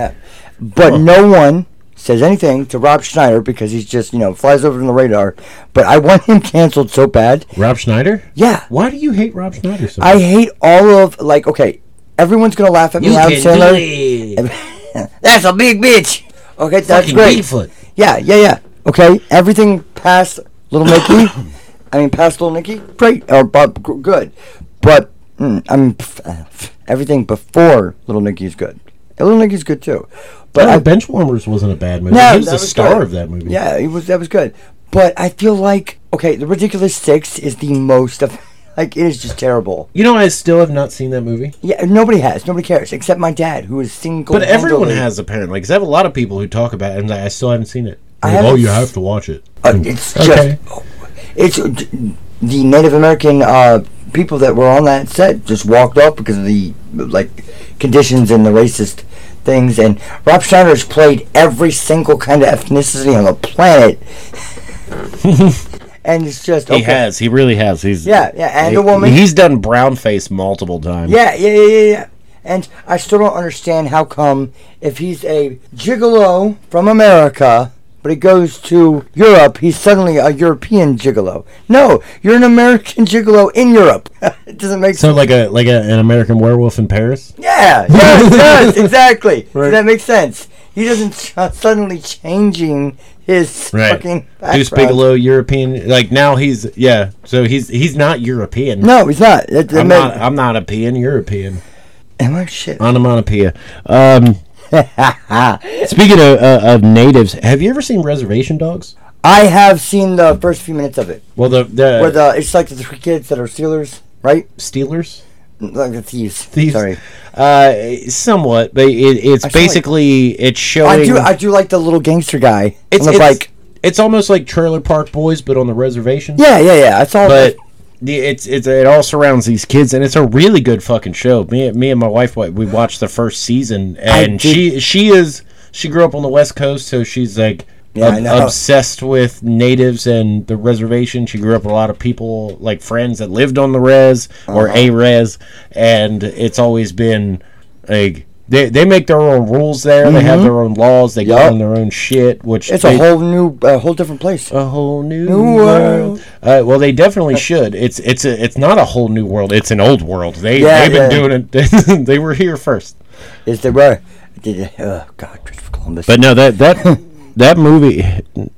[SPEAKER 1] But no one says anything to Rob Schneider because he's just, you know, flies over the radar. But I want him canceled so bad.
[SPEAKER 2] Rob Schneider.
[SPEAKER 1] Yeah.
[SPEAKER 2] Why do you hate Rob Schneider so
[SPEAKER 1] I
[SPEAKER 2] much?
[SPEAKER 1] hate all of, like, okay, everyone's going to laugh at me, Rob Sandler.
[SPEAKER 2] it.
[SPEAKER 1] That's a big bitch. Okay, that's
[SPEAKER 2] Fucking
[SPEAKER 1] great.
[SPEAKER 2] Bigfoot.
[SPEAKER 1] Yeah, yeah, yeah. Okay, everything past Little Nicky. I mean, past Little Nicky, great or Bob, g- good. But mm, I mean, pff, uh, pff, everything before Little Nicky is good. And Little Nicky's good too, but
[SPEAKER 4] Oh,
[SPEAKER 1] I,
[SPEAKER 4] Benchwarmers wasn't a bad movie.
[SPEAKER 1] No,
[SPEAKER 4] he was
[SPEAKER 1] that
[SPEAKER 4] the
[SPEAKER 1] was
[SPEAKER 4] star
[SPEAKER 1] good.
[SPEAKER 4] of that movie.
[SPEAKER 1] yeah, it was that was good. But I feel like okay, The Ridiculous Six is the most of like it is just terrible.
[SPEAKER 4] You know, I still have not seen that movie.
[SPEAKER 1] Yeah, nobody has, nobody cares except my dad, who is single.
[SPEAKER 2] But everyone has apparently because I have a lot of people who talk about it, and I still haven't seen it.
[SPEAKER 1] I
[SPEAKER 4] Like, oh,
[SPEAKER 1] haven't
[SPEAKER 4] you
[SPEAKER 1] s-
[SPEAKER 4] have to watch it.
[SPEAKER 1] Uh, it's just
[SPEAKER 4] Okay.
[SPEAKER 1] it's uh, the Native American uh, people that were on that set just walked off because of the like conditions and the racist things. And Rob Schneider's played every single kind of ethnicity on the planet, and it's just
[SPEAKER 2] He has. He really has. He's
[SPEAKER 1] Yeah, yeah, and
[SPEAKER 2] he-
[SPEAKER 1] a woman.
[SPEAKER 2] He's done brown face multiple times.
[SPEAKER 1] Yeah, yeah, yeah, yeah, yeah. And I still don't understand how come if he's a gigolo from America, but he goes to Europe, he's suddenly a European gigolo. No, you're an American gigolo in Europe. it doesn't make
[SPEAKER 4] So
[SPEAKER 1] sense.
[SPEAKER 4] like a like a, an American Werewolf in Paris.
[SPEAKER 1] Yeah, yes, yes, exactly. So
[SPEAKER 4] Right.
[SPEAKER 1] that makes sense. He doesn't ch- suddenly changing his
[SPEAKER 2] Right.
[SPEAKER 1] fucking background.
[SPEAKER 2] Deuce Bigelow, European. Like now he's yeah. So he's he's not European.
[SPEAKER 1] No, he's not. That- that
[SPEAKER 2] I'm
[SPEAKER 1] made-
[SPEAKER 2] not. Uh, I'm not a pean. European.
[SPEAKER 1] am I shit?
[SPEAKER 2] Onomatopoeia. Um, speaking of, uh, of natives, have you ever seen Reservation Dogs?
[SPEAKER 1] I have seen the first few minutes of it.
[SPEAKER 2] Well, the the,
[SPEAKER 1] Where the it's like the three kids that are Steelers, right?
[SPEAKER 2] Steelers.
[SPEAKER 1] Like the thieves.
[SPEAKER 2] Thieves?
[SPEAKER 1] Sorry.
[SPEAKER 2] Uh, somewhat, but it, it's
[SPEAKER 1] feel like-
[SPEAKER 2] basically it's showing.
[SPEAKER 1] I do. I do like the little gangster guy.
[SPEAKER 2] Oh,
[SPEAKER 1] It's,
[SPEAKER 2] it's, it's
[SPEAKER 1] like
[SPEAKER 2] it's almost like Trailer Park Boys, but on the reservation.
[SPEAKER 1] yeah, yeah, yeah. I saw that.
[SPEAKER 2] but the- it's it's it all surrounds these kids, and it's a really good fucking show. Me me and my wife wa- we watched the first season, and
[SPEAKER 1] did-
[SPEAKER 2] she she is she grew up on the West Coast, so she's like.
[SPEAKER 1] Yeah, I
[SPEAKER 2] ob-
[SPEAKER 1] know.
[SPEAKER 2] obsessed with natives and the reservation. She grew up with a lot of people, like friends that lived on the res
[SPEAKER 1] Uh-huh.
[SPEAKER 2] or a res, and it's always been like they, they make their own rules there. They have their own laws. They
[SPEAKER 1] Mm-hmm. Yup.
[SPEAKER 2] go on their own shit, which
[SPEAKER 1] It's
[SPEAKER 2] they-
[SPEAKER 1] a whole new, a whole different place.
[SPEAKER 2] a whole new,
[SPEAKER 1] world.
[SPEAKER 2] world. Uh, well, they definitely should. It's it's a, it's not a whole new world. It's an old world. They
[SPEAKER 1] Yeah,
[SPEAKER 2] they've been
[SPEAKER 1] yeah.
[SPEAKER 2] doing it. they were here first.
[SPEAKER 1] Is there where? Did it, oh God, Christopher Columbus.
[SPEAKER 2] But no, that that that movie,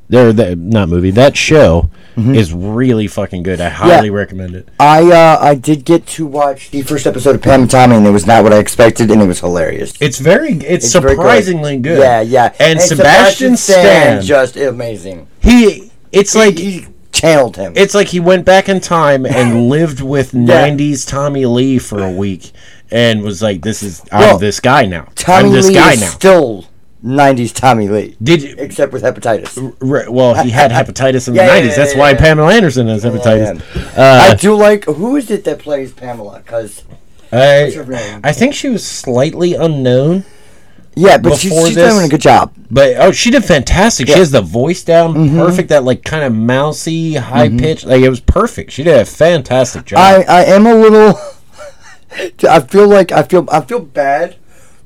[SPEAKER 2] there that not movie that show
[SPEAKER 1] Mm-hmm.
[SPEAKER 2] is really fucking good. I highly recommend it.
[SPEAKER 1] I, uh, I did get to watch the first episode of Pam and Tommy, and it was not what I expected, and it was hilarious.
[SPEAKER 2] It's very it's,
[SPEAKER 1] It's very good.
[SPEAKER 2] surprisingly good.
[SPEAKER 1] Yeah, yeah.
[SPEAKER 2] And, Sebastian, Stan,
[SPEAKER 1] just amazing.
[SPEAKER 2] he it's like.
[SPEAKER 1] He channeled him.
[SPEAKER 2] it's like he went back in time and lived with
[SPEAKER 1] Yeah.
[SPEAKER 2] 90s Tommy Lee for a week and was like this is I'm
[SPEAKER 1] Well,
[SPEAKER 2] this guy now.
[SPEAKER 1] Tommy
[SPEAKER 2] I'm this
[SPEAKER 1] Lee
[SPEAKER 2] guy
[SPEAKER 1] is
[SPEAKER 2] now.
[SPEAKER 1] still '90s Tommy Lee,
[SPEAKER 2] Did you,
[SPEAKER 1] except with hepatitis.
[SPEAKER 2] Right, well, he had hepatitis in
[SPEAKER 1] Yeah, yeah,
[SPEAKER 2] the 90s.
[SPEAKER 1] yeah,
[SPEAKER 2] That's
[SPEAKER 1] yeah,
[SPEAKER 2] why
[SPEAKER 1] yeah. Oh,
[SPEAKER 2] Pamela Anderson has hepatitis.
[SPEAKER 1] I
[SPEAKER 2] Uh,
[SPEAKER 1] do like who is it that plays Pamela? Because her
[SPEAKER 2] I,
[SPEAKER 1] name?
[SPEAKER 2] I think she was slightly unknown,
[SPEAKER 1] Uh, yeah, but she's,
[SPEAKER 2] Before
[SPEAKER 1] she's
[SPEAKER 2] this-
[SPEAKER 1] doing a good job.
[SPEAKER 2] but oh, she did fantastic.
[SPEAKER 1] Yeah. Mm-hmm.
[SPEAKER 2] She has the voice down perfect, that like kind of mousy, high pitched. Like it was perfect. She did a fantastic job.
[SPEAKER 1] I, I am a little. I feel like I feel I feel bad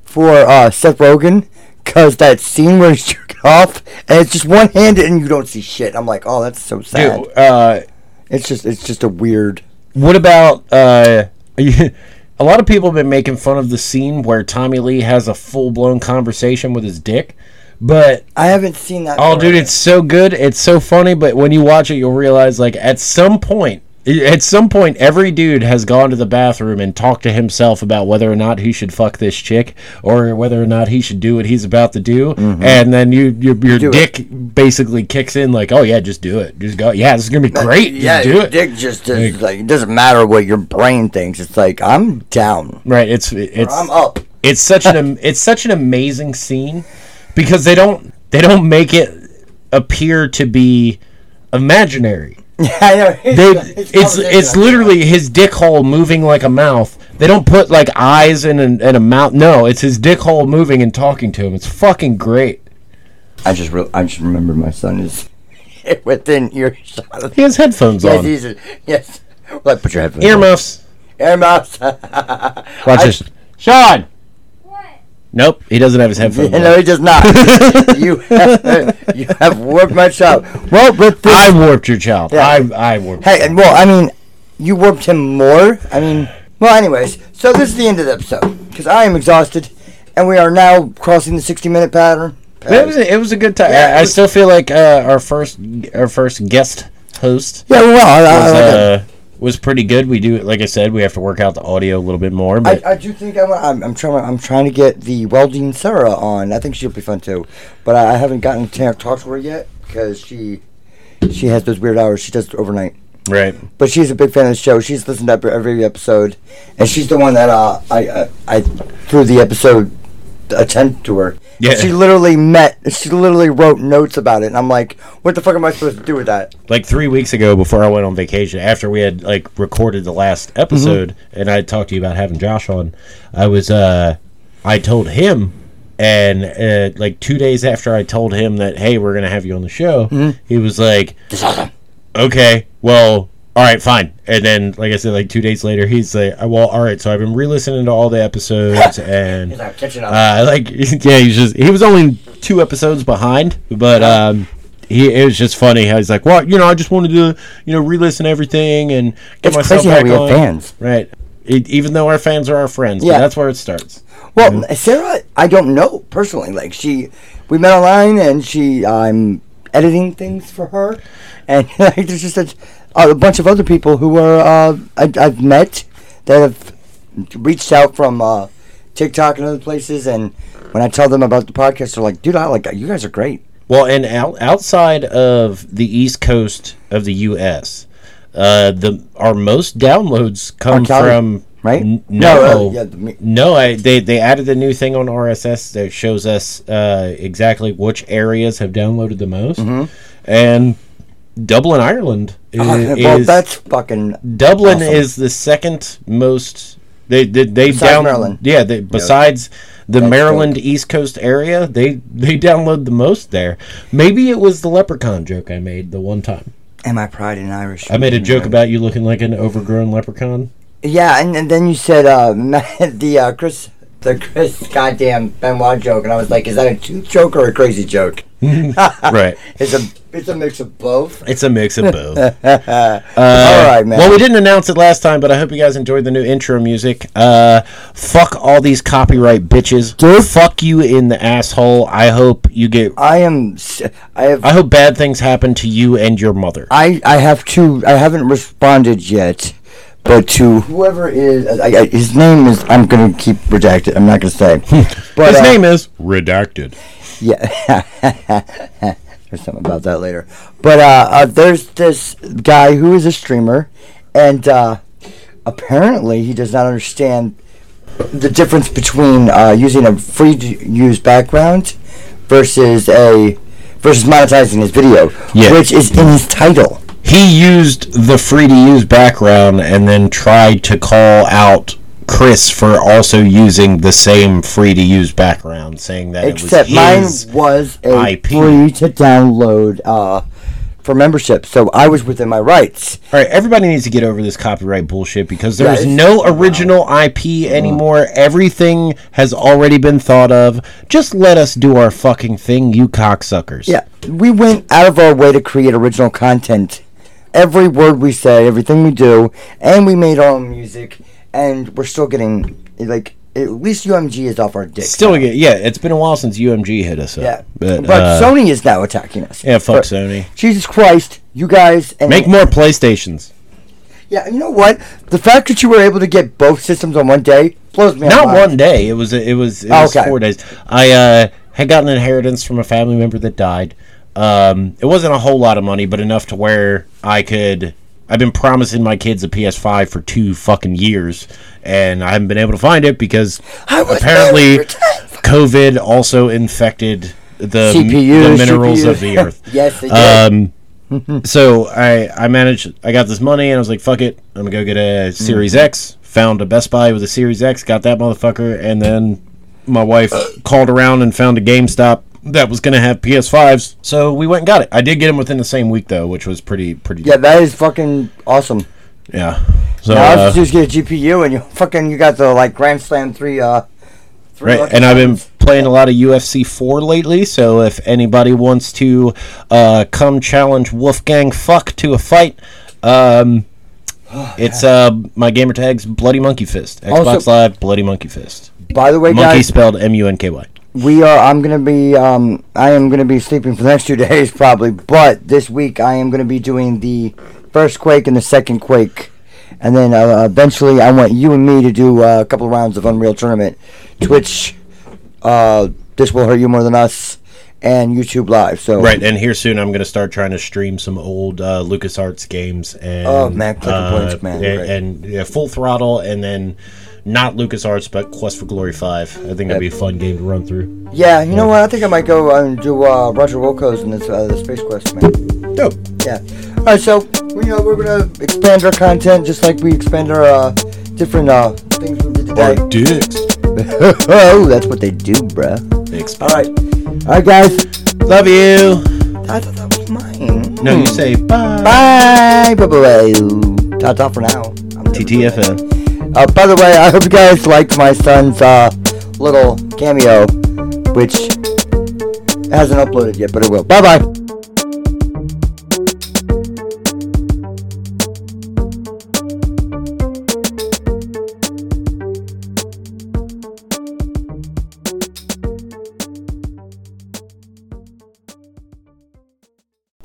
[SPEAKER 1] for uh, Seth Rogen because that scene where he's jerking off and it's just one handed and you don't see shit. I'm like, oh, that's so sad.
[SPEAKER 2] Dude, uh,
[SPEAKER 1] It's just it's just a weird.
[SPEAKER 2] What about uh, a lot of people have been making fun of the scene where Tommy Lee has a full blown conversation with his dick, but
[SPEAKER 1] I haven't seen that.
[SPEAKER 2] oh,
[SPEAKER 1] part.
[SPEAKER 2] dude, it's so good, it's so funny. But when you watch it, you'll realize like at some point, at some point, every dude has gone to the bathroom and talked to himself about whether or not he should fuck this chick or whether or not he should do what he's about to do, and then you, your your
[SPEAKER 1] Mm-hmm. Do it.
[SPEAKER 2] dick basically kicks in like, oh yeah, just do it, just go, yeah, this is gonna be great,
[SPEAKER 1] Yeah,
[SPEAKER 2] just do it.
[SPEAKER 1] dick just is like it doesn't matter what your brain thinks. It's like I'm down,
[SPEAKER 2] Right, it's it's
[SPEAKER 1] I'm up.
[SPEAKER 2] It's such an am- it's such an amazing scene because they don't they don't make it appear to be imaginary.
[SPEAKER 1] I know.
[SPEAKER 2] They it's it's literally his dick hole moving like a mouth. They don't put like eyes and an, and a mouth. No, it's his dick hole moving and talking to him. It's fucking great.
[SPEAKER 1] I just re- I just remember my son is within earshot. of-
[SPEAKER 2] He has headphones
[SPEAKER 1] Yes,
[SPEAKER 2] on,
[SPEAKER 1] he's a, yes. Like put your headphones. on.
[SPEAKER 2] earmuffs.
[SPEAKER 1] Earmuffs.
[SPEAKER 2] Watch
[SPEAKER 1] I-
[SPEAKER 2] this, Sean. Nope, he doesn't have his headphones. on.
[SPEAKER 1] no, he does not. you have, you have warped my child. Well, but this,
[SPEAKER 2] I warped your child.
[SPEAKER 1] Yeah.
[SPEAKER 2] I I warped.
[SPEAKER 1] hey, and well, I mean, you warped him more. I mean, well, anyways. So this is the end of the episode because I am exhausted, and we are now crossing the sixty-minute pattern.
[SPEAKER 2] But it was a, it was a good time.
[SPEAKER 1] Yeah, it
[SPEAKER 2] I, I
[SPEAKER 1] was-
[SPEAKER 2] still feel like uh, our first our first guest host
[SPEAKER 1] yeah, well, I, I,
[SPEAKER 2] was,
[SPEAKER 1] I,
[SPEAKER 2] uh, was pretty good. We do, like I said, we have to work out the audio a little bit more,
[SPEAKER 1] I,
[SPEAKER 2] but
[SPEAKER 1] I do think I'm, I'm, I'm trying. I'm trying to get the Welding Sarah on. I think she'll be fun too, but I, I haven't gotten to talk to her yet because she she has those weird hours. She does it overnight.
[SPEAKER 2] right.
[SPEAKER 1] but she's a big fan of the show. She's listened to every episode, and she's the one that uh, I uh, I threw the episode attempt to her.
[SPEAKER 2] Yeah.
[SPEAKER 1] She literally met. She literally wrote notes about it, and I'm like, what the fuck am I supposed to do with that?
[SPEAKER 2] like three weeks ago before I went on vacation, after we had like recorded the last episode
[SPEAKER 1] Mm-hmm.
[SPEAKER 2] and I had talked to you about having Josh on, I was uh I told him and uh, like two days after I told him that hey we're gonna have you on the show,
[SPEAKER 1] Mm-hmm.
[SPEAKER 2] he was like Okay, well all right, fine. And then, like I said, like two days later, he's like, "Well, all right." So I've been re-listening to all the episodes, and
[SPEAKER 1] He's like, catching up.
[SPEAKER 2] uh, like yeah, he's just he was only two episodes behind, but um, he it was just funny how he's like, well, you know, I just wanted to you know re-listen everything and
[SPEAKER 1] It's
[SPEAKER 2] get myself
[SPEAKER 1] crazy how
[SPEAKER 2] back
[SPEAKER 1] we have
[SPEAKER 2] on.
[SPEAKER 1] fans.
[SPEAKER 2] right? E- even though our fans are our friends, yeah,
[SPEAKER 1] Yeah.
[SPEAKER 2] that's where it starts.
[SPEAKER 1] well,
[SPEAKER 2] Mm-hmm.
[SPEAKER 1] Sarah, I don't know personally. Like she, we met online, and she, I'm editing things for her, and like, there's just a, a bunch of other people who are uh, I, I've met that have reached out from uh, TikTok and other places, and when I tell them about the podcast, they're like, "Dude, I like you guys are great."
[SPEAKER 2] Well, and out, outside of the East Coast of the U.S., uh, the our most downloads come
[SPEAKER 1] Cali,
[SPEAKER 2] from
[SPEAKER 1] right?
[SPEAKER 2] N-
[SPEAKER 1] No, uh,
[SPEAKER 2] no,
[SPEAKER 1] yeah, the mi-
[SPEAKER 2] no. I, they they added a new thing on RSS that shows us uh, exactly which areas have downloaded the most,
[SPEAKER 1] Mm-hmm.
[SPEAKER 2] and Dublin, Ireland is,
[SPEAKER 1] Ah, well,
[SPEAKER 2] is-
[SPEAKER 1] that's fucking
[SPEAKER 2] Dublin
[SPEAKER 1] awesome.
[SPEAKER 2] is the second most. They they they
[SPEAKER 1] Besides
[SPEAKER 2] down
[SPEAKER 1] Maryland.
[SPEAKER 2] Yeah, they, besides the
[SPEAKER 1] That's
[SPEAKER 2] Maryland East Coast area, they they download the most there. Maybe it was the leprechaun joke I made the one time.
[SPEAKER 1] and my pride in Irish.
[SPEAKER 2] I made a joke about you looking like an overgrown leprechaun.
[SPEAKER 1] Yeah, and, and then you said uh, the uh, Chris the Chris goddamn Benoit joke, and I was like, is that a tooth joke or a crazy joke?
[SPEAKER 2] Right.
[SPEAKER 1] It's a it's a mix of both.
[SPEAKER 2] It's a mix of both.
[SPEAKER 1] Uh, All right, man.
[SPEAKER 2] Well, we didn't announce it last time, but I hope you guys enjoyed the new intro music. Uh, fuck all these copyright bitches. Fuck you in the asshole. I hope you get.
[SPEAKER 1] I am. s- I have.
[SPEAKER 2] I hope bad things happen to you and your mother.
[SPEAKER 1] I I have to. I haven't responded yet, but to whoever is I, I, his name is. I'm gonna keep redacted. I'm not gonna say. But
[SPEAKER 2] His
[SPEAKER 1] uh,
[SPEAKER 2] name is redacted.
[SPEAKER 1] Yeah. There's something about that later. But uh, uh, there's this guy who is a streamer, and uh, apparently he does not understand the difference between uh, using a free to use background versus a versus monetizing his video,
[SPEAKER 2] Yeah.
[SPEAKER 1] which is in his title.
[SPEAKER 2] He used the free to use background and then tried to call out Chris for also using the same free to use background, saying that
[SPEAKER 1] Except
[SPEAKER 2] it was his.
[SPEAKER 1] mine was a
[SPEAKER 2] IP.
[SPEAKER 1] free to download uh, for membership, so I was within my rights.
[SPEAKER 2] All right, everybody needs to get over this copyright bullshit because there
[SPEAKER 1] Yeah,
[SPEAKER 2] is
[SPEAKER 1] it's-
[SPEAKER 2] no original
[SPEAKER 1] Mm-hmm.
[SPEAKER 2] IP anymore. Everything has already been thought of. Just let us do our fucking thing, you cocksuckers.
[SPEAKER 1] Yeah, we went out of our way to create original content. Every word we say, everything we do, and we made our own music, and we're still getting like at least UMG is off our dick.
[SPEAKER 2] Still, yeah, yeah, it's been a while since UMG hit us up.
[SPEAKER 1] yeah,
[SPEAKER 2] But,
[SPEAKER 1] but,
[SPEAKER 2] uh,
[SPEAKER 1] Sony is now attacking us.
[SPEAKER 2] yeah, fuck
[SPEAKER 1] But-
[SPEAKER 2] Sony.
[SPEAKER 1] Jesus Christ, you guys and
[SPEAKER 2] Make more PlayStations.
[SPEAKER 1] yeah, you know what? The fact that you were able to get both systems on one day blows me.
[SPEAKER 2] Not
[SPEAKER 1] out
[SPEAKER 2] one day. It was it was, it was
[SPEAKER 1] Okay.
[SPEAKER 2] four days. I uh, had gotten an inheritance from a family member that died. Um, it wasn't a whole lot of money, but enough to where I could. I've been promising my kids a PS5 for two fucking years, and I haven't been able to find it because
[SPEAKER 1] I was
[SPEAKER 2] apparently
[SPEAKER 1] married for ten
[SPEAKER 2] COVID also infected the, the
[SPEAKER 1] CPUs,
[SPEAKER 2] minerals of the
[SPEAKER 1] CPUs.
[SPEAKER 2] earth.
[SPEAKER 1] Yes, they did.
[SPEAKER 2] Um, so I I managed. I got this money, and I was like, "Fuck it, I'm gonna go get a Series
[SPEAKER 1] Mm-hmm.
[SPEAKER 2] X." Found a Best Buy with a Series X, got that motherfucker, and then my wife
[SPEAKER 1] Uh.
[SPEAKER 2] called around and found a GameStop that was gonna have PS5s. So we went and got it. I did get them within the same week though, which was pretty pretty.
[SPEAKER 1] yeah, that is fucking awesome.
[SPEAKER 2] yeah. So
[SPEAKER 1] Now all I
[SPEAKER 2] uh,
[SPEAKER 1] have to do is get a GPU, and you fucking you got the like Grand Slam three. Uh, three
[SPEAKER 2] Right, and I've been playing a lot of UFC 4 lately, so if anybody wants to uh, come challenge Wolfgang Fuck to a fight, um, it's uh, my gamer tag's Bloody Monkey Fist. Xbox
[SPEAKER 1] Also-
[SPEAKER 2] Live, Bloody Monkey Fist.
[SPEAKER 1] By the way,
[SPEAKER 2] Monkey
[SPEAKER 1] guys,
[SPEAKER 2] spelled M U N K Y.
[SPEAKER 1] we are. I'm gonna be. Um, I am gonna be sleeping for the next two days probably, but this week I am gonna be doing the first quake and the second quake and then uh, eventually I want you and me to do uh, a couple of rounds of Unreal Tournament, Twitch, uh, this will hurt you more than us, and YouTube Live. So
[SPEAKER 2] Right, and here soon I'm going to start trying to stream some old uh, LucasArts games and
[SPEAKER 1] Oh, man, Click and
[SPEAKER 2] uh,
[SPEAKER 1] Points, man,
[SPEAKER 2] and,
[SPEAKER 1] right.
[SPEAKER 2] and, yeah, Full Throttle, and then not LucasArts, but Quest for Glory Five. I think that'd be a fun game to run through.
[SPEAKER 1] yeah, you know what? I think I might go uh, and do uh, Roger Wilco's and this uh, the Space Quest man.
[SPEAKER 2] Dope.
[SPEAKER 1] Yeah. All right, so we know we're gonna expand our content just like we expand our uh, different uh, things we did today.
[SPEAKER 2] dicks.
[SPEAKER 1] oh, that's what they do, bruh. All right, all right, guys.
[SPEAKER 2] Love you.
[SPEAKER 1] I thought that was mine.
[SPEAKER 2] No, you say bye.
[SPEAKER 1] Bye, bye, bye. That's all for now. I'm
[SPEAKER 2] TTFN.
[SPEAKER 1] Uh, by the way, I hope you guys liked my son's uh, little cameo, which hasn't uploaded yet, but it will. Bye bye.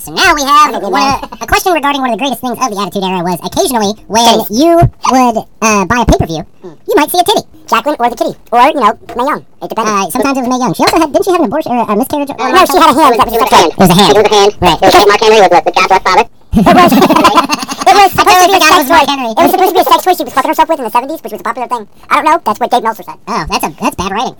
[SPEAKER 5] So now we have one of the- a question regarding one of the greatest things of the Attitude Era was occasionally when you would uh, buy a pay per view, you might see a titty. Jacqueline or the kitty, or you know Mae Young. It depends. Uh, sometimes it was Mae Young. She also had didn't she have an abortion or a miscarriage? Or no, she had a hand. That was, it was a hand. It was a hand. Right. It was Mark Henry was with God's last father. It was supposed to be a sex toy. It was supposed to be a sex toy she was fucking herself with in the 70s, which was a popular thing. I don't know. That's what Dave Meltzer said. Oh, that's a that's bad writing.